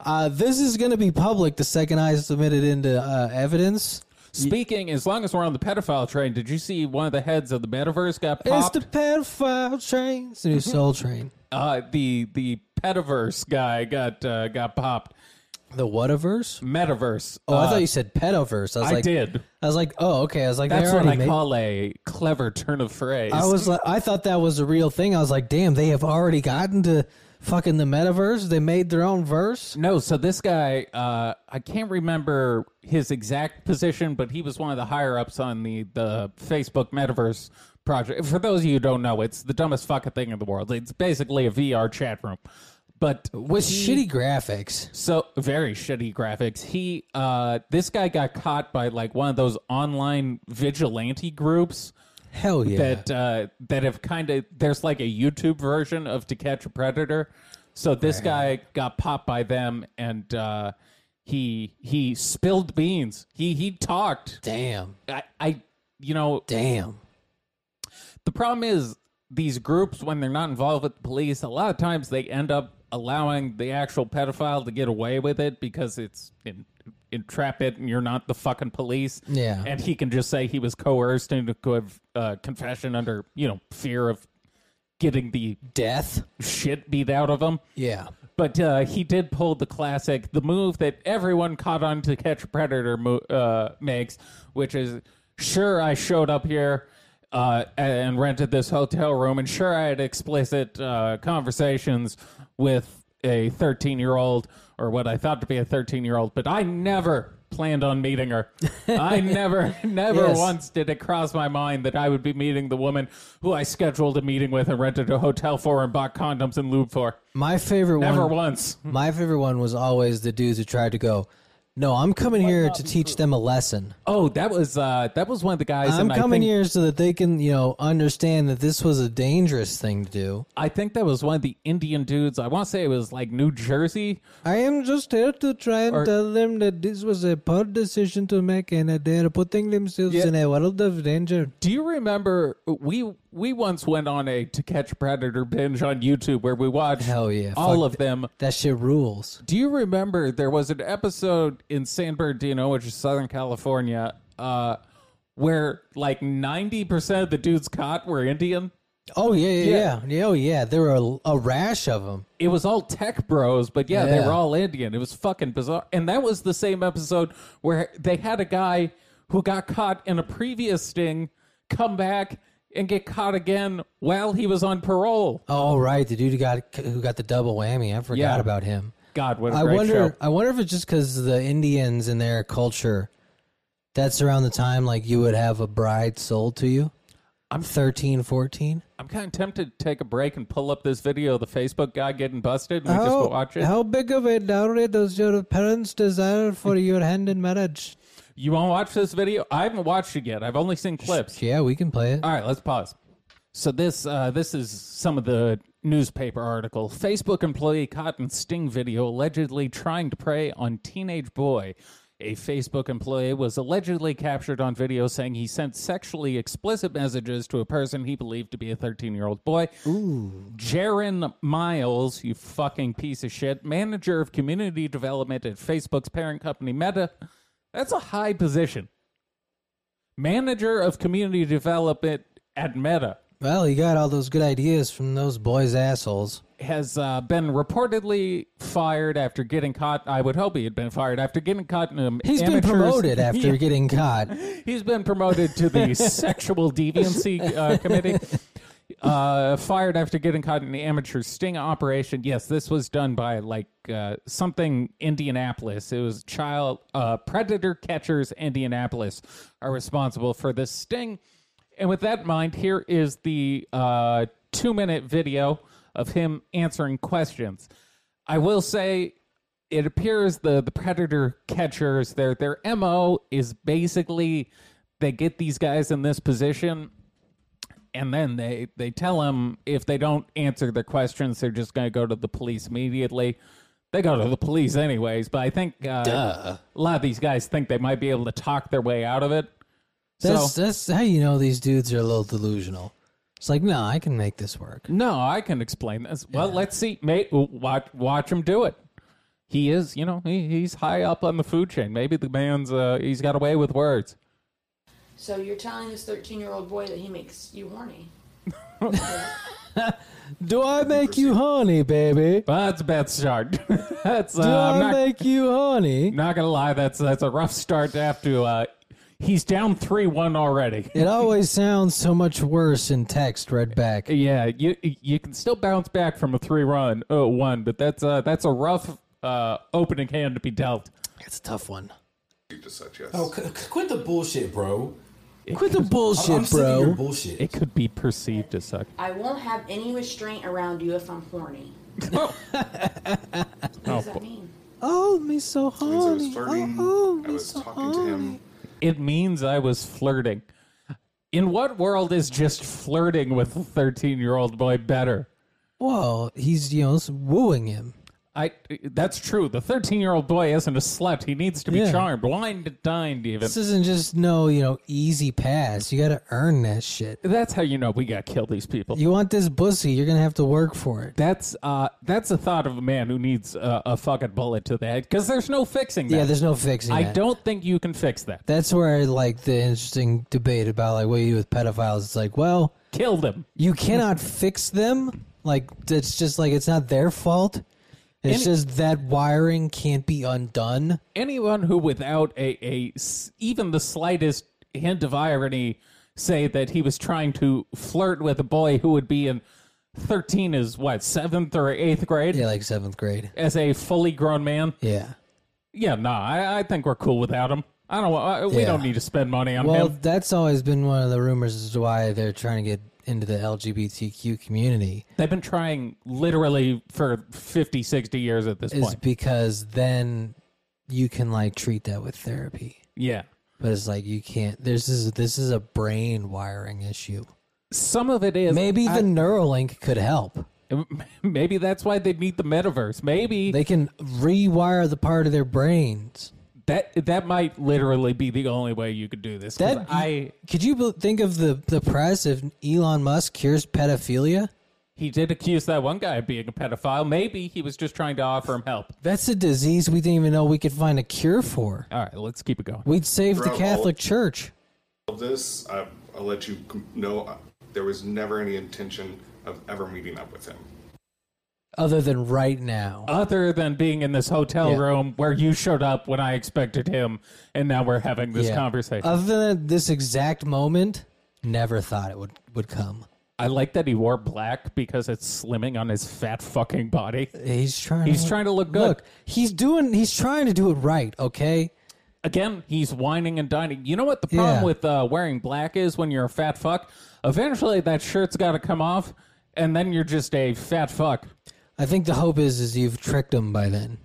S2: uh, this is going to be public the second I submit it into uh, evidence.
S1: Speaking, as long as we're on the pedophile train, did you see one of the heads of the metaverse got popped? Mm-hmm.
S2: It's the pedophile train. It's the new soul train.
S1: uh, the the pediverse guy got uh, got popped.
S2: The whataverse?
S1: Metaverse. Uh,
S2: Oh, I thought you said pedoverse. I was
S1: I
S2: like,
S1: did.
S2: I was like, oh, okay. I was like, they
S1: That's what
S2: already
S1: I
S2: made-
S1: call a clever turn of phrase.
S2: I was like, I thought that was a real thing. I was like, damn, they have already gotten to fucking the metaverse. They made their own verse.
S1: No, so this guy, uh, I can't remember his exact position, but he was one of the higher ups on the, the Facebook metaverse project. For those of you who don't know, it's the dumbest fucking thing in the world. It's basically a VR chat room, but
S2: With shitty graphics.
S1: so very shitty graphics. He, uh, this guy got caught by like one of those online vigilante groups
S2: Hell yeah.
S1: that uh, that have kind of there's like a YouTube version of To Catch a Predator. So this guy got popped by them, and uh, he he spilled beans. He he talked.
S2: damn.
S1: I, I you know
S2: Damn.
S1: the problem is these groups when they're not involved with the police, a lot of times they end up allowing the actual pedophile to get away with it because it's in, entrap it, and you're not the fucking police.
S2: Yeah.
S1: and he can just say he was coerced into co- uh, confession under you know fear of getting the
S2: Death.
S1: shit beat out of him.
S2: Yeah.
S1: But uh, he did pull the classic, the move that everyone caught on to catch a predator mo- uh, makes, which is sure I showed up here uh, and rented this hotel room, and sure I had explicit uh, conversations with a 13 year old or what I thought to be a 13 year old, but I never planned on meeting her. I never, never
S2: Yes.
S1: once did it cross my mind that I would be meeting the woman who I scheduled a meeting with and rented a hotel for and bought condoms and lube for.
S2: My favorite
S1: Never
S2: one.
S1: once.
S2: My favorite one was always the dudes who tried to go, no, I'm coming here to teach them a lesson.
S1: Oh, that was uh, that was one of the guys.
S2: I'm
S1: and
S2: coming
S1: I think,
S2: here so that they can, you know, understand that this was a dangerous thing to do.
S1: I think that was one of the Indian dudes. I want to say it was like New Jersey.
S2: I am just here to try and tell them that this was a poor decision to make and that they are putting themselves in a world of danger.
S1: Do you remember we we once went on a To Catch a Predator binge on YouTube where we watched
S2: Hell yeah,
S1: all
S2: fuck
S1: of them.
S2: That shit rules.
S1: Do you remember there was an episode in San Bernardino, which is Southern California, uh, where like ninety percent of the dudes caught were Indian.
S2: Oh, yeah, yeah, yeah. yeah. Oh, yeah. There were a, a rash of them.
S1: it was all tech bros, but yeah, they
S2: Yeah.
S1: were all Indian. It was fucking bizarre. And that was the same episode where they had a guy who got caught in a previous sting come back and get caught again while he was on parole.
S2: Oh, right. The dude who got, who got the double whammy. I forgot
S1: Yeah.
S2: about him.
S1: God, what a
S2: I
S1: great
S2: wonder.
S1: show.
S2: I wonder if it's just because the Indians and their culture. That's around the time like you would have a bride sold to you. I'm 13, 14.
S1: I'm kind of tempted to take a break and pull up this video of the Facebook guy getting busted and we just go watch it.
S2: how big of a dowry does your parents desire for your hand in marriage?
S1: You want to watch this video? I haven't watched it yet. I've only seen clips.
S2: Yeah, we can play it.
S1: All right, let's pause. So this uh, this is some of the newspaper article. Facebook employee caught in sting video allegedly trying to prey on teenage boy. A Facebook employee was allegedly captured on video saying he sent sexually explicit messages to a person he believed to be a 13 year old boy. Jaron Miles, you fucking piece of shit, manager of community development at Facebook's parent company Meta. That's a high position. Manager of community development at Meta
S2: Well, he got all those good ideas from those boys' assholes.
S1: has uh, been reportedly fired after getting caught. I would hope he had been fired after getting caught in an
S2: He's been
S1: amateur's-
S2: promoted after getting caught.
S1: He's been promoted to the sexual deviancy uh, committee. Uh, fired after getting caught in the amateur sting operation. Yes, this was done by like uh, something Indianapolis. It was child uh, predator catchers Indianapolis are responsible for this sting. And with that in mind, here is the uh, two minute video of him answering questions. I will say it appears the the predator catchers their their mo is basically they get these guys in this position and then they they tell them if they don't answer their questions they're just going to go to the police immediately they go to the police anyways but i think uh, a lot of these guys think they might be able to talk their way out of it so
S2: That's that's how you know these dudes are a little delusional. It's like, no, I can make this work.
S1: no i can explain this well let's see mate watch watch him do it he is you know he, he's high up on the food chain maybe the man's uh, he's got away with words
S3: So you're telling this 13 year old boy that he makes you horny.
S2: Do I make you honey, baby?
S1: But that's a bad start. that's uh,
S2: Do I
S1: I'm not,
S2: make you honey?
S1: not gonna lie. That's that's a rough start to have to. Uh, he's down three one already.
S2: It always sounds so much worse in text read back.
S1: Yeah, you you can still bounce back from a three run oh, one, but that's uh, that's a rough uh, opening hand to be dealt.
S2: It's a tough one.
S4: to such yes.
S5: Oh, c- c- quit the bullshit, bro.
S2: Quit the
S5: I'm-
S2: bullshit,
S5: I'm sick of your
S2: bro.
S5: bullshit.
S1: It could be perceived as such.
S3: I won't have any restraint around you if I'm horny.
S1: Oh,
S3: What does that mean?
S2: Oh, me so
S4: Means I was
S2: honey.
S4: flirting.
S2: Oh, oh,
S4: I
S2: me
S4: was
S2: so
S4: talking to
S2: honey.
S4: him.
S1: it means I was flirting. In what world is just flirting with a thirteen year old boy better?
S2: Well, he's you know wooing him.
S1: I that's true. The thirteen year old boy isn't a slut. He needs to be
S2: Yeah.
S1: charmed, wined, dined, even.
S2: This isn't just no you know easy pass. You got to earn that shit.
S1: That's how you know we gotta kill these people.
S2: You want this pussy, you're gonna have to work for it.
S1: that's uh, that's the thought of a man who needs uh, a fucking bullet to the head because there's no fixing that.
S2: Yeah, there's no fixing.
S1: I
S2: that.
S1: don't think you can fix that.
S2: That's where like the interesting debate about like what you do with pedophiles. It's like, well,
S1: Kill them.
S2: you cannot fix them. Like it's just like it's not their fault. It's
S1: Any-
S2: just that wiring can't be undone.
S1: Anyone who, without a, a s- even the slightest hint of irony, say that he was trying to flirt with a boy who would be in thirteen is what seventh or eighth grade
S2: Yeah, like seventh grade.
S1: as a fully grown man.
S2: Yeah.
S1: Yeah, no, I, I think we're cool without him. I don't. wa- I, we
S2: Yeah.
S1: don't need to spend money on
S2: Well,
S1: him.
S2: that's always been one of the rumors as to why they're trying to get into the LGBTQ community
S1: They've been trying literally for 50, 60 years at this
S2: is
S1: point.
S2: because then you can like treat that with therapy.
S1: Yeah,
S2: But it's like you can't. This is this is a brain wiring issue.
S1: some of it is
S2: Maybe the Neuralink could help.
S1: maybe that's why they need the metaverse. Maybe
S2: They can rewire the part of their brains.
S1: that that might literally be the only way you could do this. 'Cause
S2: That
S1: I
S2: could you bel- think of the the press if Elon Musk cures pedophilia?
S1: he did accuse that one guy of being a pedophile. Maybe he was just trying to offer him help.
S2: That's a disease we didn't even know we could find a cure for.
S1: All right, let's keep it going.
S2: We'd save the
S4: Bro.
S2: Catholic Church.
S4: All of this, I, I'll let you com- know. uh, There was never any intention of ever meeting up with him.
S2: Other than right now.
S1: Other than being in this hotel
S2: Yeah.
S1: room where you showed up when I expected him, and now we're having this
S2: Yeah. Uh,
S1: conversation.
S2: Other than this exact moment, never thought it would, would come.
S1: I like that he wore black because it's slimming on his fat fucking body.
S2: He's trying.
S1: He's
S2: to
S1: trying to look good.
S2: Uh, Look, he's doing. He's trying to do it right. Okay.
S1: Again, he's whining and dining. You know what the problem
S2: Yeah.
S1: with uh, wearing black is when you're a fat fuck? Eventually, that shirt's got to come off, and then you're just a fat fuck.
S2: I think the hope is is you've tricked him by then.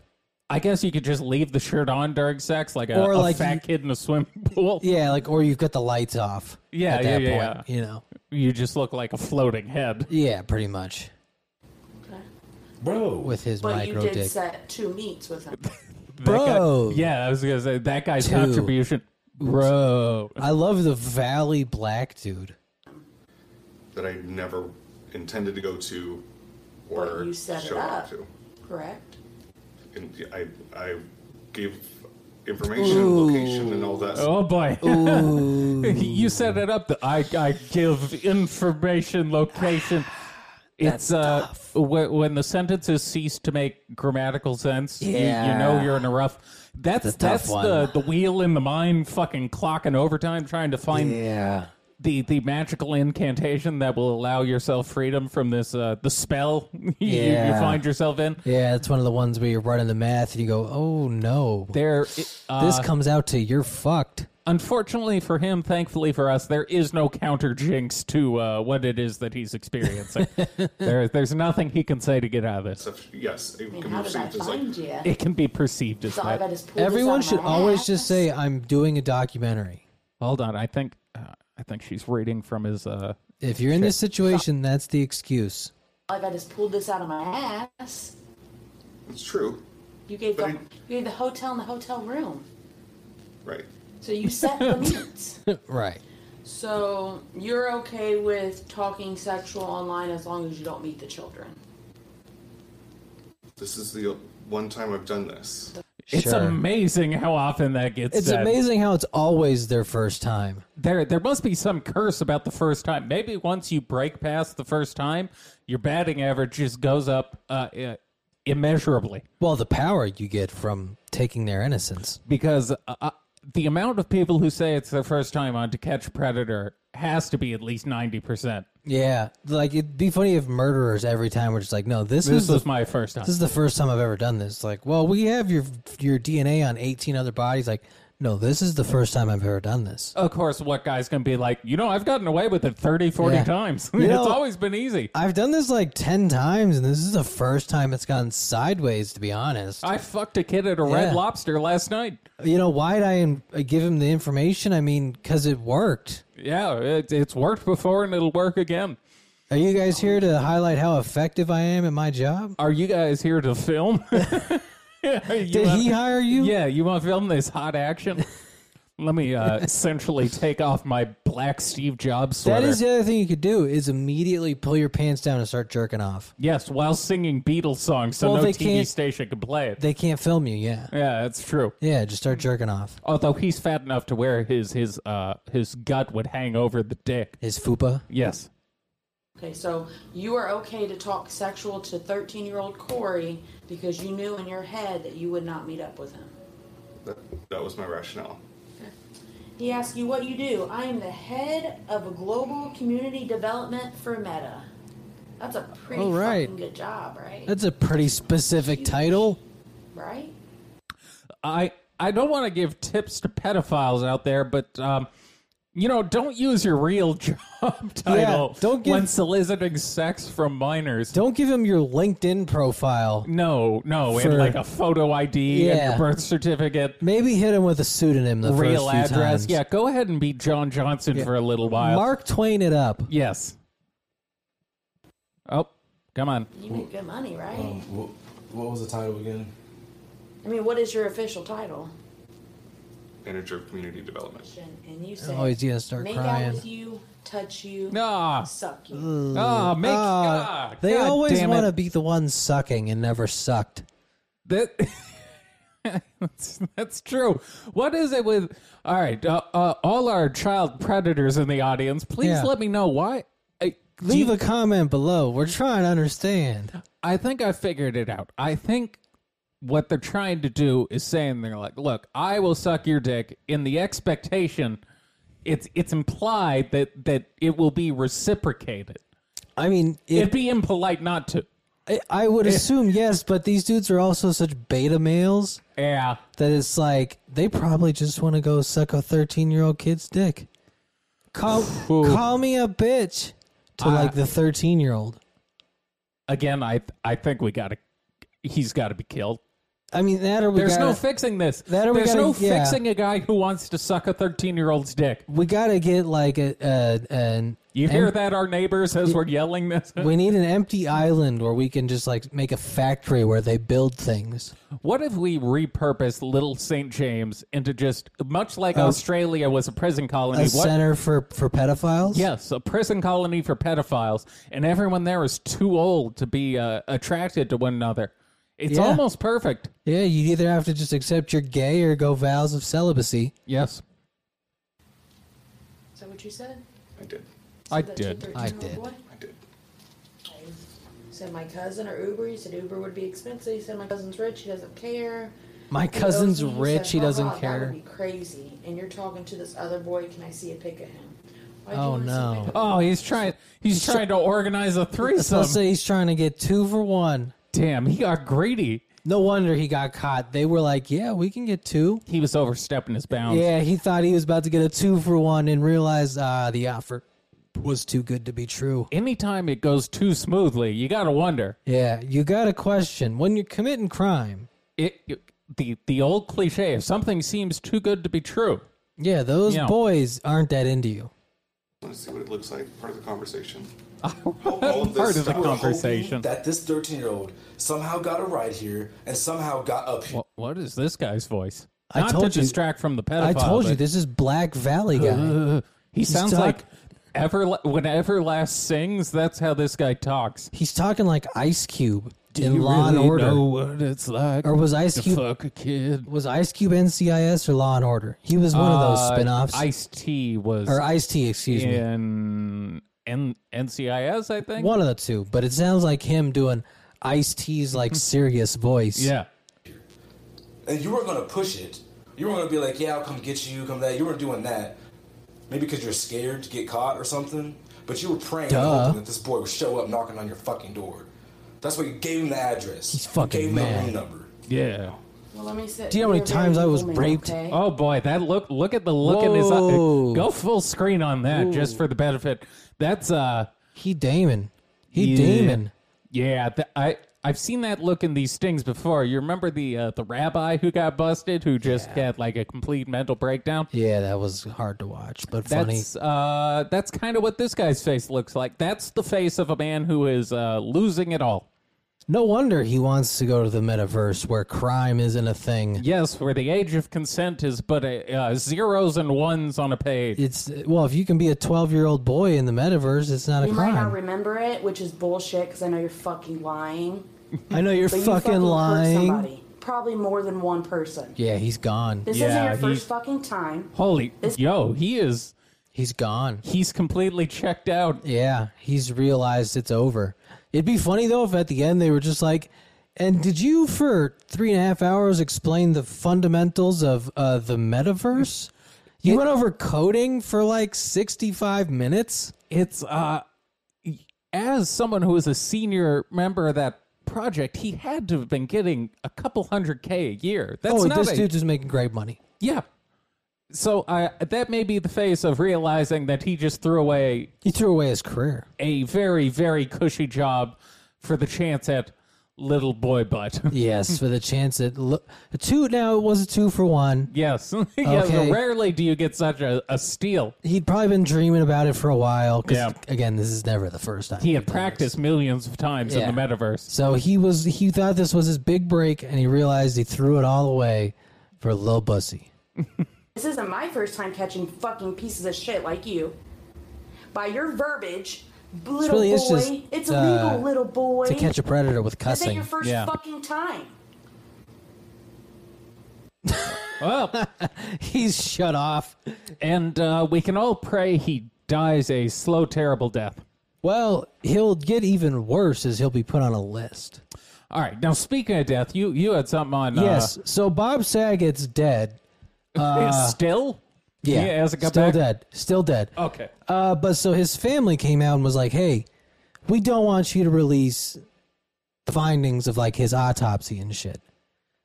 S1: I guess you could just leave the shirt on during sex, like a,
S2: Or
S1: a
S2: like
S1: fat
S2: you-
S1: kid in a swimming pool.
S2: Yeah, like or you've got the lights off.
S1: Yeah,
S2: at
S1: yeah,
S2: that
S1: yeah,
S2: point, You know.
S1: You just look like a floating head.
S2: Yeah, pretty much
S3: Okay.
S5: bro.
S2: with his
S3: But you
S2: micro
S3: did
S2: dick.
S3: set two meets with him.
S1: that guy-
S2: Bro.
S1: yeah, I was gonna say that guy's
S2: Oh. Dude.
S1: contribution, bro.
S2: I love the Valley Black dude.
S4: that I never intended to go to or
S3: But you set it
S4: showed up
S3: up.
S4: to.
S3: correct?
S4: And I, I gave information, location, and all that.
S1: Oh boy, you set it up. The, I I give information, location. It's uh wh- when the sentences cease to make grammatical sense. you- you,
S2: Yeah.
S1: know you're in a rough. That's
S2: It's a tough
S1: that's
S2: one.
S1: the the wheel in the mind, fucking clocking overtime, trying to find
S2: Yeah.
S1: the the magical incantation that will allow yourself freedom from this uh the spell you, you
S2: Yeah.
S1: find yourself in.
S2: Yeah, it's one of the ones where you're running the math and you go, oh no.
S1: There, uh, this
S3: Uh,
S2: this comes out to you're fucked.
S1: unfortunately for him, thankfully for us, there is no counter jinx to uh, what it is that he's experiencing. there, there's nothing he can say to get out of this.
S4: stuff. Yes, it
S3: I mean,
S4: can
S3: how
S4: be
S3: did I
S4: received as like,
S3: find you?
S1: It can be perceived as
S3: Thought about
S1: that.
S3: his pull this out
S2: Everyone
S3: of
S2: should
S3: my
S2: always
S3: ass.
S2: just say, I'm doing a documentary.
S1: Hold on, I think, uh, I think she's reading from his. Uh,
S2: If you're in this situation, that's the excuse.
S3: All I got is pulled this out of my ass.
S4: it's true,
S3: You gave the
S4: But I-
S3: you gave the hotel and the hotel room.
S4: right?
S3: So you set the meets.
S2: Right.
S3: So you're okay with talking sexual online as long as you don't meet the children.
S4: This is the one time I've done this.
S1: It's
S2: Sure.
S1: amazing how often that gets.
S2: It's
S1: said.
S2: amazing how it's always their first time.
S1: There, there must be some curse about the first time. Maybe once you break past the first time, your batting average just goes up uh, uh, immeasurably.
S2: Well, the power you get from taking their innocence.
S1: because uh, uh, the amount of people who say it's their first time on To Catch a Predator has to be at least 90%.
S2: Yeah. Like, it'd be funny if murderers every time were just like, no, this,
S1: This
S2: is the
S1: was my first time.
S2: This is the first time I've ever done this. Like, well, we have your your DNA on 18 other bodies. Like, no, this is the first time I've ever done this.
S1: Of course, what guy's going to be like, you know, I've gotten away with it 30, 40
S2: Yeah.
S1: times.
S2: You
S1: it's
S2: know-
S1: always been easy.
S2: I've done this like 10 times, and this is the first time it's gone sideways, to be honest.
S1: I fucked a kid at a red
S2: Yeah.
S1: lobster last night.
S2: you know, why'd I in- I give him the information? I mean, because it worked.
S1: Yeah, it, it's worked before and it'll work again.
S2: Are you guys here to highlight how effective I am at my job?
S1: Are you guys here to film?
S2: Did he hire you?
S1: Yeah, you want to film this hot action? Let me uh, essentially take off my black Steve Jobs sweater.
S2: That is the other thing you could do is immediately pull your pants down and start jerking off.
S1: Yes, while singing Beatles songs, so
S2: Well,
S1: no
S2: they
S1: TV
S2: can't-
S1: station can play it.
S2: They can't film you, yeah.
S1: yeah, that's true.
S2: Yeah, just start jerking off.
S1: Although he's fat enough to where his his uh his gut would hang over the dick.
S2: Is fupa?
S1: Yes.
S3: Okay, so you are okay to talk sexual to 13 year old Corey because you knew in your head that you would not meet up with him.
S4: That, that was my rationale.
S3: He asked you what you do. I am the head of a global community development for Meta. That's a pretty
S2: All right.
S3: fucking good job, right?
S2: That's a pretty specific title.
S3: right?
S1: I I don't want to give tips to pedophiles out there, but um you know, don't use your real job title
S2: don't give-
S1: when soliciting sex from minors.
S2: Don't give him your LinkedIn profile.
S1: No, no,
S2: For-
S1: and like a photo ID and
S2: Yeah.
S1: your birth certificate,
S2: Maybe hit him with a pseudonym the
S1: real
S2: first few
S1: address.
S2: times.
S1: Yeah, go ahead and be John Johnson for a little while.
S2: Mark Twain it up.
S1: Yes. Oh, come on.
S3: You make good money, right?
S5: Um, what, what was the title again?
S3: I mean, what is your official title?
S4: Manager of community development.
S3: And- And you said,
S2: Oh, he's gonna start
S3: make
S2: crying.
S3: out with you, touch you,
S1: Ah,
S3: suck you.
S1: ah, make.
S2: Ah,
S1: ah,
S2: they
S1: God
S2: always
S1: damn
S2: want to
S1: it.
S2: be the one sucking and never sucked.
S1: That, that's, that's true. What is it with? All right, uh, uh, all our child predators in the audience, please
S2: Yeah.
S1: let me know why. I,
S2: Leave a comment below. We're trying to understand.
S1: I think I figured it out. I think what they're trying to do is saying they're like, look, I will suck your dick in the expectation. It's it's implied that that it will be reciprocated.
S2: I mean,
S1: It'd
S2: it,
S1: be impolite not to.
S2: I I would assume yes, but these dudes are also such beta males
S1: Yeah.
S2: that it's like they probably just want to go suck a thirteen-year-old kid's dick. Call
S1: Ooh.
S2: call me a bitch to like the thirteen-year-old.
S1: Again, I I think we got to. He's got to be killed.
S2: I mean, that or we
S1: There's
S2: gotta,
S1: no fixing this.
S2: That or we
S1: There's
S2: gotta-
S1: no
S2: yeah.
S1: fixing a guy who wants to suck a 13 year old's dick.
S2: we gotta get like a, a an.
S1: You hear that, our neighbors, as we're yelling this?
S2: We need an empty island where we can just like make a factory where they build things.
S1: What if we repurpose Little St. James into just, much like Australia was a prison
S2: A
S1: colony, what
S2: center for for pedophiles.
S1: Yes, a prison colony for pedophiles, and everyone there is too old to be uh, attracted to one another. It's
S2: Yeah.
S1: almost perfect.
S2: Yeah, you either have to just accept you're gay or go vows of celibacy.
S1: Yes,
S3: Is that what you said?
S4: I did.
S1: I
S3: That
S1: did.
S3: 213
S2: I
S3: year old
S2: did.
S3: boy?
S4: I did.
S3: Said my cousin or Uber. He said Uber would be expensive. He said my cousin's rich. He doesn't care.
S2: My
S3: He
S2: cousin's
S3: owes me,
S2: rich.
S3: said,
S2: He doesn't
S3: "Haha, That
S2: care.
S3: would be crazy. And you're talking to this other boy. Can I see a pic of him? Why do you
S2: Oh,
S3: wanna see a
S2: no.
S3: pic of him?
S1: Oh, he's trying. He's trying to organize a
S2: So
S1: threesome.
S2: let's say he's trying to get two for one.
S1: Damn, he got greedy.
S2: No wonder he got caught. They were like, "Yeah, we can get two.
S1: He was overstepping his bounds.
S2: Yeah, he thought he was about to get a two for one and realized ah, the offer was too good to be true.
S1: Anytime it goes too smoothly, you gotta wonder.
S2: Yeah, you got a question when you're committing crime.
S1: It, the the old cliche: if something seems too good to be true,
S2: Yeah, those
S1: Yeah.
S2: boys aren't that into you.
S4: Let's see what it looks like. Part of the conversation.
S1: part of the conversation.
S5: That this 13 year old somehow got a ride here and somehow got up here.
S1: Wha- what is this guy's voice?
S2: I
S1: Not
S2: told you-
S1: to distract from the pedophile.
S2: I told you
S1: but-
S2: this is Black Valley guy.
S1: Ugh. he sounds
S2: talk-
S1: like Everla- when Everlast sings. That's how this guy talks.
S2: He's talking like Ice Cube
S1: You
S2: in Law and
S1: really
S2: Order,
S1: know what it's like
S2: or was Ice
S1: to
S2: Cube
S1: fuck a kid?
S2: was Ice Cube NCIS or Law and Order? He was one of
S1: Uh,
S2: those spin-offs.
S1: Ice T was
S2: or Ice T, excuse me.
S1: in N- NCIS, I think.
S2: One of the two, but it sounds like him doing Ice T's like serious voice.
S1: Yeah,
S5: And you were going to push it. You were going to be like, yeah, I'll come get you, come that. You weren't doing that. Maybe because you're scared to get caught or something. But you were praying and
S2: Duh.
S5: hoping that this boy would show up knocking on your fucking door. That's why you gave him the address.
S2: He's
S5: You
S2: fucking
S5: gave
S2: mad.
S5: Him the room number.
S1: yeah.
S3: Well, let me sit.
S2: Do you know how many
S3: You're a very
S2: times I was
S3: evil man,
S2: raped?
S3: okay?
S1: Oh boy, that look! Look at the look in his
S2: Whoa.
S1: eye. Go full screen on that, just for the benefit. That's uh,
S2: He Damon. He
S1: yeah.
S2: Damon.
S1: Yeah, th- I I've seen that look in these stings before. You remember the uh, the rabbi who got busted, who just had like a complete mental breakdown.
S2: Yeah, that was hard to watch, but funny.
S1: That's uh, that's kind of what this guy's face looks like. That's the face of a man who is uh, losing it all.
S2: No wonder he wants to go to the metaverse where crime isn't a thing.
S1: Yes, where the age of consent is but a, uh, zeros and ones on a page.
S2: It's well, if you can be a 12-year-old boy in the metaverse, it's not a
S3: You might not
S2: crime.
S3: remember it, which is bullshit because I know you're fucking lying.
S2: I know you're
S3: But
S2: fucking,
S3: you fucking hurt
S2: lying.
S3: somebody. Probably more than one person.
S2: Yeah, he's gone.
S3: This isn't
S1: Yeah,
S3: your
S1: he's-
S3: first fucking time.
S1: Holy yo, he is
S2: He's gone.
S1: he's completely checked out.
S2: Yeah, he's realized it's over. It'd be funny though if at the end they were just like, "And did you for three and a half hours explain the fundamentals of uh, the metaverse? You went over coding for like sixty-five minutes.
S1: it's uh as someone who is a senior member of that project he had to have been getting a couple hundred k a year that's
S2: oh,
S1: not
S2: this
S1: a,
S2: dude's just making great money.
S1: yeah so uh, that may be the face of realizing that he just threw away
S2: He threw away his career.
S1: a very very cushy job for the chance at little boy butt
S2: Yes, for the chance at lo- a two. Now it was a two for one.
S1: yes yes
S2: Okay.
S1: rarely do you get such a, a steal
S2: He'd probably been dreaming about it for a while. 'cause,
S1: Yeah.
S2: Again, this is never the first time.
S1: he had practiced millions of times
S2: Yeah.
S1: in the metaverse
S2: So he was he thought this was his big break, and he realized he threw it all away for a little bussy.
S3: This isn't my first time catching fucking pieces of shit like you. By your verbiage, little
S2: really
S3: boy,
S2: is just,
S3: it's
S2: uh,
S3: illegal, little boy.
S2: To catch a predator with
S3: this ain't
S2: cussing.
S3: your first
S1: Yeah.
S3: fucking time.
S1: well
S2: He's shut off.
S1: and uh, we can all pray he dies a slow terrible death
S2: Well, he'll get even worse as he'll be put on a list.
S1: All right. Now, speaking of death, you you had something on.
S2: Yes. So Bob Saget's dead.
S1: Uh, it's still.
S2: Yeah.
S1: Yeah, as it got
S2: still
S1: back-
S2: dead. Still dead.
S1: Okay.
S2: Uh, but so his family came out and was like, "Hey, we don't want you to release the findings of like his autopsy and shit."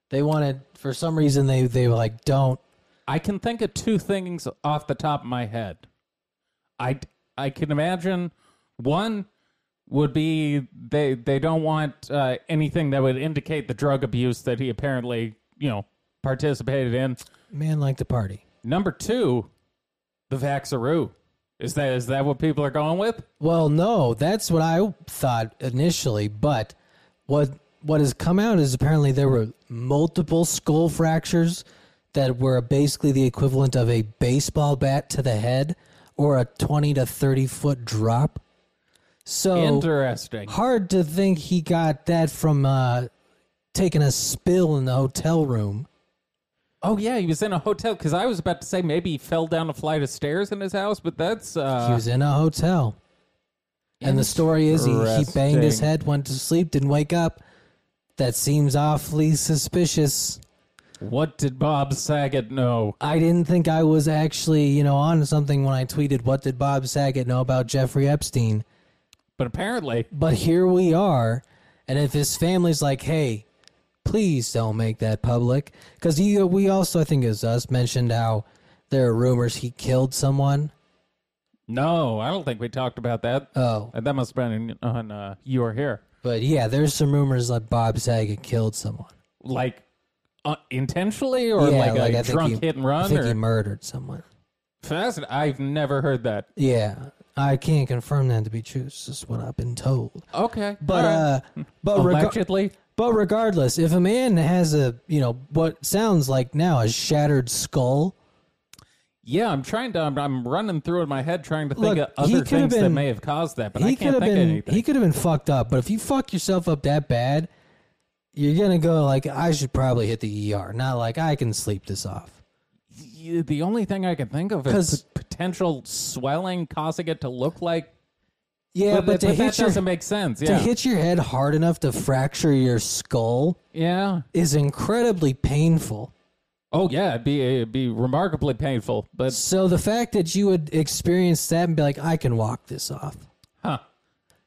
S2: They wanted, for some reason, they they were like, "Don't."
S1: I can think of two things off the top of my head. I I can imagine one would be they they don't want uh, anything that would indicate the drug abuse that he apparently you know participated in.
S2: Man liked to party.
S1: Number two, the Vaxaroo. Is that is that what people are going with?
S2: Well, no, that's what I thought initially, but what what has come out is apparently there were multiple skull fractures that were basically the equivalent of a baseball bat to the head or a 20 to 30 foot drop. So
S1: Interesting.
S2: hard to think he got that from uh, taking a spill in the hotel room.
S1: Oh yeah, he was in a hotel because I was about to say maybe he fell down a flight of stairs in his house, but that's uh,
S2: he was in a hotel. And the story is he, he banged his
S1: Interesting.
S2: head, went to sleep, didn't wake up. That seems awfully suspicious.
S1: what did Bob Saget know?
S2: I didn't think I was actually, you know, on something when I tweeted, What did Bob Saget know about Jeffrey Epstein?
S1: But apparently,
S2: But here we are. And if his family's like, Hey, please don't make that public. Because we also, I think it was us, mentioned how there are rumors he killed someone.
S1: no, I don't think we talked about that.
S2: Oh.
S1: Uh, that must have been in, on uh, you are here,
S2: But yeah, there's some rumors that Bob Saget killed someone.
S1: like uh, intentionally or like,
S2: I
S1: a
S2: think
S1: drunk
S2: he-
S1: hit and
S2: I
S1: run.
S2: think
S1: Or
S2: he murdered someone.
S1: Fascin- I've never heard that.
S2: Yeah, I can't confirm that to be true. It's just what I've been told.
S1: Okay,
S2: But
S1: all right.
S2: uh, but rega-
S1: allegedly,
S2: but regardless, if a man has a you know what sounds like now a shattered skull,
S1: yeah, I'm trying to. I'm, I'm running through in my head trying to think
S2: Look,
S1: of
S2: he
S1: other
S2: could have
S1: things that
S2: been-
S1: may have caused that, but I
S2: he could
S1: can't
S2: have
S1: think of
S2: been
S1: anything.
S2: he could have been fucked up. But if you fuck yourself up that bad, you're gonna go like I should probably hit the ER. Not like I can sleep this off.
S1: Yeah, the only thing I can think of
S2: 'Cause-
S1: is p- potential swelling causing it to look like.
S2: Yeah, but,
S1: but,
S2: to
S1: but
S2: hit
S1: that
S2: your
S1: doesn't make sense.
S2: to
S1: Yeah,
S2: hit your head hard enough to fracture your skull
S1: yeah.
S2: is incredibly painful.
S1: Oh yeah, it'd be it'd be remarkably painful. But
S2: So the fact that you would experience that and be like, I can walk this off,
S1: huh,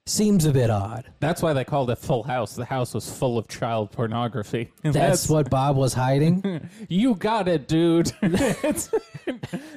S2: seems a bit odd.
S1: that's why they called it Full House. The house was full of child pornography.
S2: That's, what Bob was hiding.
S1: you got it, dude. It's-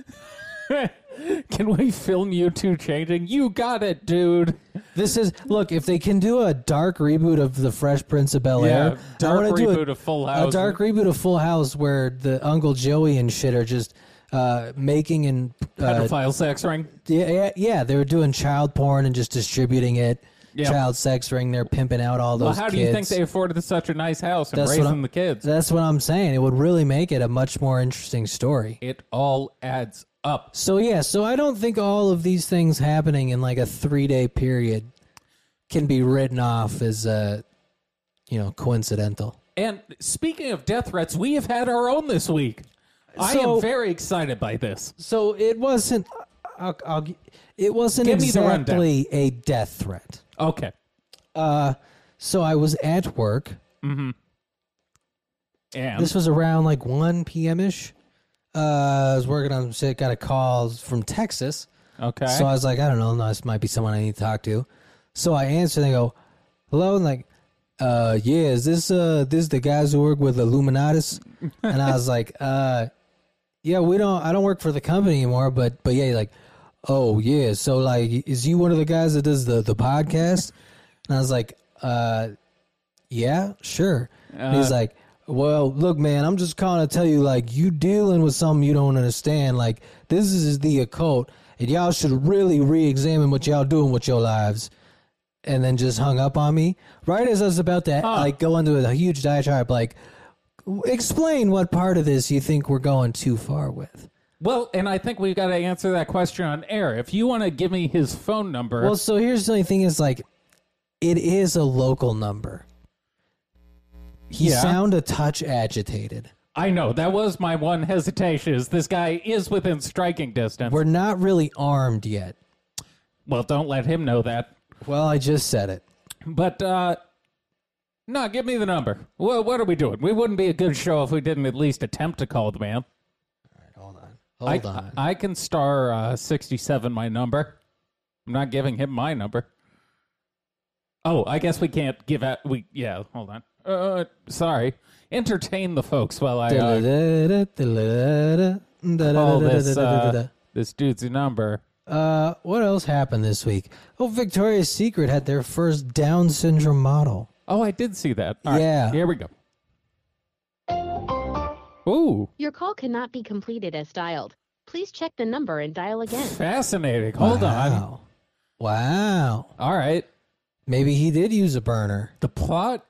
S1: can we film you two changing? You got it, dude.
S2: this is look. If they can do a dark reboot of the Fresh Prince of Bel Air,
S1: Yeah, dark
S2: do
S1: reboot
S2: a,
S1: of Full House.
S2: A dark reboot of Full House where the Uncle Joey and shit are just uh, making and uh,
S1: Pedophile sex ring.
S2: yeah, yeah, yeah, they were doing child porn and just distributing it.
S1: Yeah.
S2: Child sex ring. They're pimping out all those.
S1: Well, how do you think
S2: kids.
S1: they afforded such a nice house and
S2: That's what I'm-
S1: raising the kids?
S2: That's what I'm saying. It would really make it a much more interesting story.
S1: it all adds up.
S2: So yeah, so I don't think all of these things happening in like a three day period can be written off as uh, you know coincidental.
S1: And speaking of death threats, we have had our own this week. I
S2: So-
S1: am very excited by this.
S2: So it wasn't. I'll, I'll, gi- it wasn't
S1: Give me the rundown.
S2: exactly a death threat. Uh,
S1: Okay.
S2: So I was at work.
S1: And
S2: This was around like 1 p.m. ish. Uh, I was working on some shit. Got a call from Texas.
S1: okay.
S2: So I was like, I don't know, this might be someone I need to talk to. So I answer and they go, Hello, and like, uh yeah, is this uh this the guys who work with Illuminatus? and I was like, uh yeah, we don't I don't work for the company anymore, but but yeah, like, oh yeah, so like is you one of the guys that does the the podcast? and I was like, uh yeah, sure. and he's like, well, look, man, I'm just calling to tell you, like, you dealing with something you don't understand. Like, this is the occult, and y'all should really re-examine what y'all doing with your lives. And then just hung up on me. Right as I was about to like go into a huge diatribe, like, explain what part of this you think we're going too far with.
S1: well, and I think we've got to answer that question on air. If you want to give me his phone number,
S2: Well, so here's the only thing is like, it is a local number. He
S1: Yeah.
S2: sound a touch agitated.
S1: I know that was my one hesitation. Is this guy is within striking distance?
S2: We're not really armed yet.
S1: well, don't let him know that.
S2: Well, I just said it.
S1: But uh no, give me the number. Well, what are we doing? We wouldn't be a good show if we didn't at least attempt to call the man.
S2: Hold on.
S1: I,
S2: Hold on.
S1: I can star uh, 67 my number. I'm not giving him my number. Oh, I guess we can't give out. We yeah, hold on. Uh, sorry. Entertain the folks while I uh,
S2: Da-da-da-da, da-da-da-da,
S1: call this
S2: da-da-da-da-da-da-da.
S1: uh, this uh, dude's number.
S2: Uh, what else happened this week? Oh, Victoria's Secret had their first Down syndrome model.
S1: Oh, I did see that. All right,
S2: Yeah.
S1: here we go. Ooh,
S6: Your call cannot be completed as dialed. Please check the number and dial again.
S1: fascinating. Hold on.
S2: Wow. Wow.
S1: All right.
S2: Maybe he did use a burner.
S1: The plot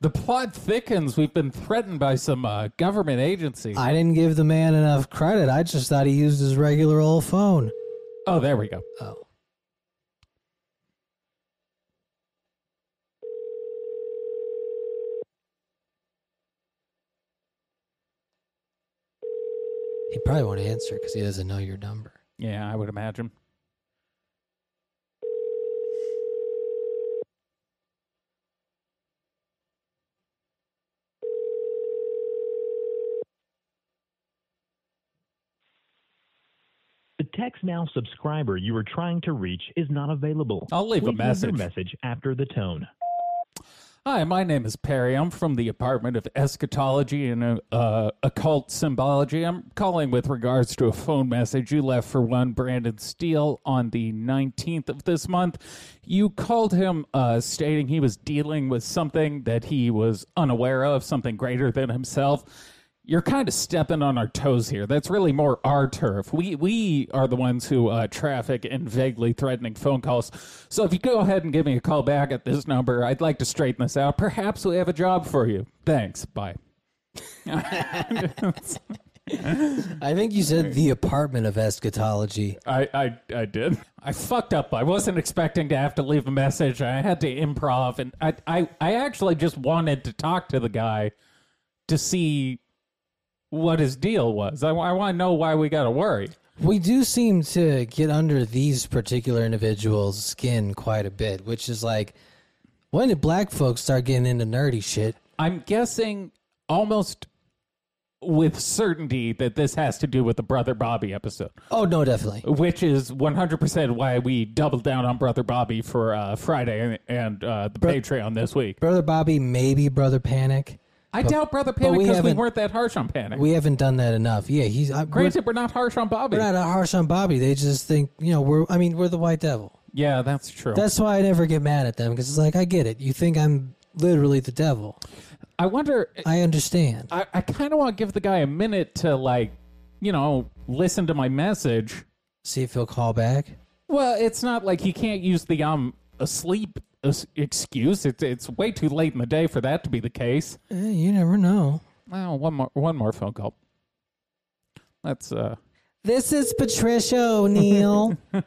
S1: the plot thickens. We've been threatened by some uh, government agency.
S2: I didn't give the man enough credit. I just thought he used his regular old phone.
S1: oh, there we go.
S2: Oh. He probably won't answer because he doesn't know your number.
S1: Yeah, I would imagine.
S7: The Text Now subscriber you are trying to reach is not available.
S1: I'll leave a
S7: Please
S1: message.
S7: Leave your message after the tone.
S1: Hi, my name is Perry. I'm from the Department of Eschatology and uh, Occult Symbology. I'm calling with regards to a phone message you left for one Brandon Steele on the 19th of this month. You called him uh, stating he was dealing with something that he was unaware of, something greater than himself you're kind of stepping on our toes here. That's really more our turf. We we are the ones who uh, traffic in vaguely threatening phone calls. So if you go ahead and give me a call back at this number, I'd like to straighten this out. Perhaps we have a job for you. Thanks. Bye.
S2: I think you said the apartment of eschatology.
S1: I, I I did. I fucked up. I wasn't expecting to have to leave a message. I had to improv, and I I, I actually just wanted to talk to the guy to see what his deal was. I, I want to know why we got to worry.
S2: We do seem to get under these particular individuals' skin quite a bit, which is like, when did black folks start getting into nerdy shit?
S1: I'm guessing almost with certainty that this has to do with the Brother Bobby episode,
S2: Oh, no, definitely.
S1: which is 100% why we doubled down on Brother Bobby for uh, Friday and, and uh, the Patreon this week.
S2: Brother Bobby, maybe Brother Panic.
S1: I doubt Brother Panic
S2: we
S1: because we,
S2: haven't-
S1: weren't that harsh on Panic.
S2: We haven't done that enough. Yeah, he's I, we're,
S1: Granted, we're not harsh on Bobby.
S2: we're not harsh on Bobby. They just think you know we're. I mean, we're the white devil.
S1: yeah, that's true.
S2: That's why I never get mad at them because it's like I get it. You think I'm literally the devil.
S1: I wonder,
S2: I understand.
S1: I, I kind of want to give the guy a minute to, like, you know, listen to my message.
S2: See if he'll call back.
S1: Well, it's not like he can't use the um asleep as- excuse. It's it's way too late in the day for that to be the case.
S2: Eh, you never know.
S1: Oh, one more one more phone call. That's uh
S2: This is Patricia O'Neill.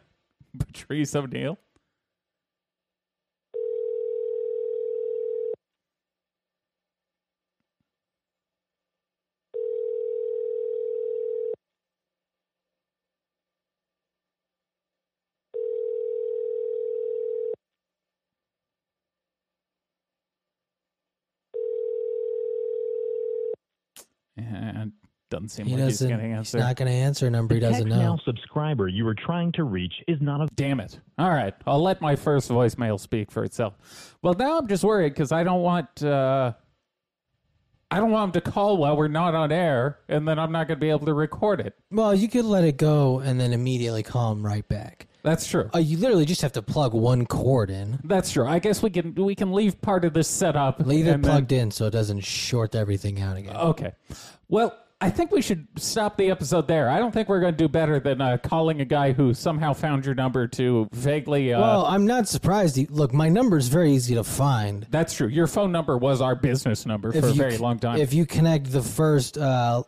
S1: Patrice O'Neill. And doesn't seem
S2: he
S1: like he's
S2: doesn't.
S1: going to
S2: He's,
S1: answer.
S2: not going to answer a number he
S7: The
S2: doesn't
S7: Text
S2: know.
S7: Now subscriber you are trying to reach is not available.
S1: Damn it. All right. I'll let my first voicemail speak for itself. Well, now I'm just worried because I don't want. Uh, I don't want him to call while we're not on air, and then I'm not going to be able to record it.
S2: Well, you could let it go and then immediately call him right back.
S1: That's true.
S2: Oh, you literally just have to plug one cord in.
S1: That's true. I guess we can we can leave part of this set up.
S2: Leave it
S1: and then-
S2: plugged in so it doesn't short everything out again.
S1: Okay. Well, I think we should stop the episode there. I don't think we're going to do better than uh, calling a guy who somehow found your number to vaguely. Uh,
S2: Well, I'm not surprised. You- Look, my number is very easy to find.
S1: that's true. Your phone number was our business number for a
S2: you
S1: very
S2: c-
S1: long time.
S2: If you connect the first uh,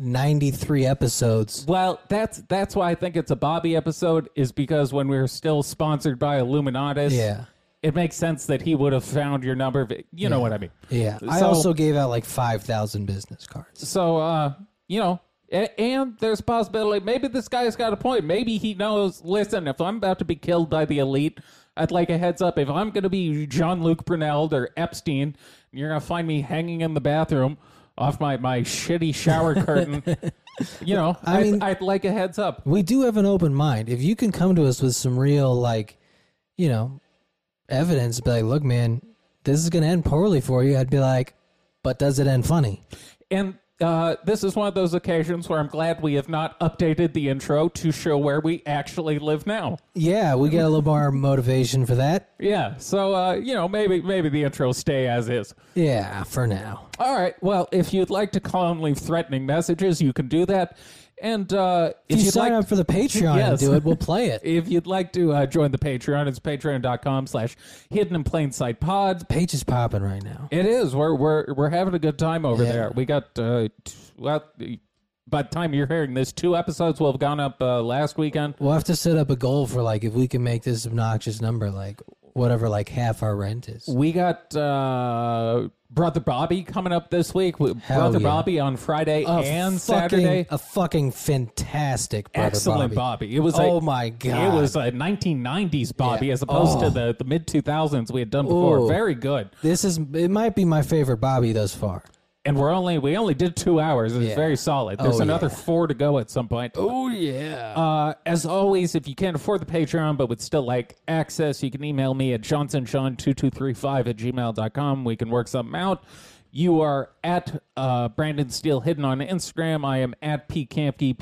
S2: 93 episodes,
S1: Well, that's that's why I think it's a Bobby episode is because when we were still sponsored by Illuminatus,
S2: Yeah.
S1: it makes sense that he would have found your number. if it- You know what I mean?
S2: yeah, I
S1: So-
S2: also gave out like 5,000 business cards.
S1: So, uh, you know, a- and there's a possibility maybe this guy's got a point. Maybe he knows. Listen, if I'm about to be killed by the elite, I'd like a heads up. If I'm going to be John Luke Bruneld or Epstein, and you're going to find me hanging in the bathroom off my my shitty shower curtain. You know, I
S2: I mean-
S1: I'd like a heads up.
S2: We do have an open mind. If you can come to us with some real, like, you know, evidence, be like, look, man, this is going to end poorly for you, I'd be like, but does it end funny?
S1: And Uh, this is one of those occasions where I'm glad we have not updated the intro to show where we actually live now.
S2: Yeah, we get a little more motivation for that.
S1: Yeah, so uh, you know maybe maybe the intro stay as is.
S2: Yeah, for now.
S1: All right. Well, if you'd like to call and leave threatening messages, you can do that. And uh,
S2: If,
S1: if
S2: you
S1: you'd
S2: sign
S1: like
S2: up for the Patreon
S1: Yes.
S2: and do it, we'll play it.
S1: if you'd like to uh, join the Patreon, it's patreon.com slash hidden in plain sight pods.
S2: Page is popping right now.
S1: It is. We're we're we're having a good time over
S2: Yeah.
S1: there. We got uh, t- well. By the time you're hearing this, two episodes will have gone up uh, last weekend.
S2: We'll have to set up a goal for like if we can make this obnoxious number like whatever like half our rent is.
S1: We got uh, brother Bobby coming up this week. We-
S2: Hell
S1: brother
S2: yeah.
S1: Bobby on Friday
S2: A
S1: and
S2: fucking-
S1: Saturday.
S2: a fucking fantastic brother
S1: Excellent Bobby. It was
S2: Oh
S1: a,
S2: my
S1: It
S2: God.
S1: was a 1990s Bobby
S2: Yeah.
S1: as opposed
S2: Oh.
S1: to the, the mid 2000s we had done before.
S2: Ooh.
S1: Very good.
S2: This is it might be my favorite Bobby thus far.
S1: And we're only we only did two hours. It's
S2: Yeah.
S1: very solid. There's
S2: Oh,
S1: another
S2: yeah.
S1: four to go at some point.
S2: Oh yeah.
S1: Uh, as always, if you can't afford the Patreon but would still like access, you can email me at johnsonshawn2235 at gmail.com. We can work something out. You are at uh, Brandon Steele Hidden on Instagram. I am at PCampke,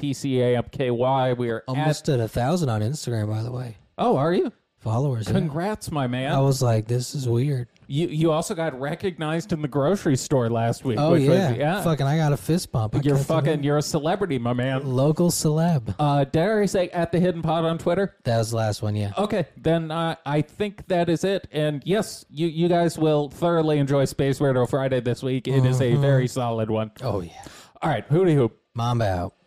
S1: P-C-A-M-K-Y. We are
S2: Almost
S1: at...
S2: at a thousand on Instagram, by the way.
S1: Oh, are you?
S2: Followers. yeah.
S1: Congrats, my man.
S2: I was like, this is weird.
S1: You you also got recognized in the grocery store last week.
S2: Oh
S1: which
S2: yeah.
S1: was, yeah.
S2: Fucking I got a fist bump. I
S1: you're
S2: can't
S1: fucking
S2: believe
S1: you're a celebrity, my
S2: it.
S1: man.
S2: local celeb.
S1: Uh, dare I say at the Hidden Pod on Twitter?
S2: That was the last one, yeah.
S1: Okay, then uh, I think that is it. And yes, you you guys will thoroughly enjoy Space Radio Friday this week. It is a very solid one.
S2: Oh yeah.
S1: All right, hooty hoop.
S2: Mamba out.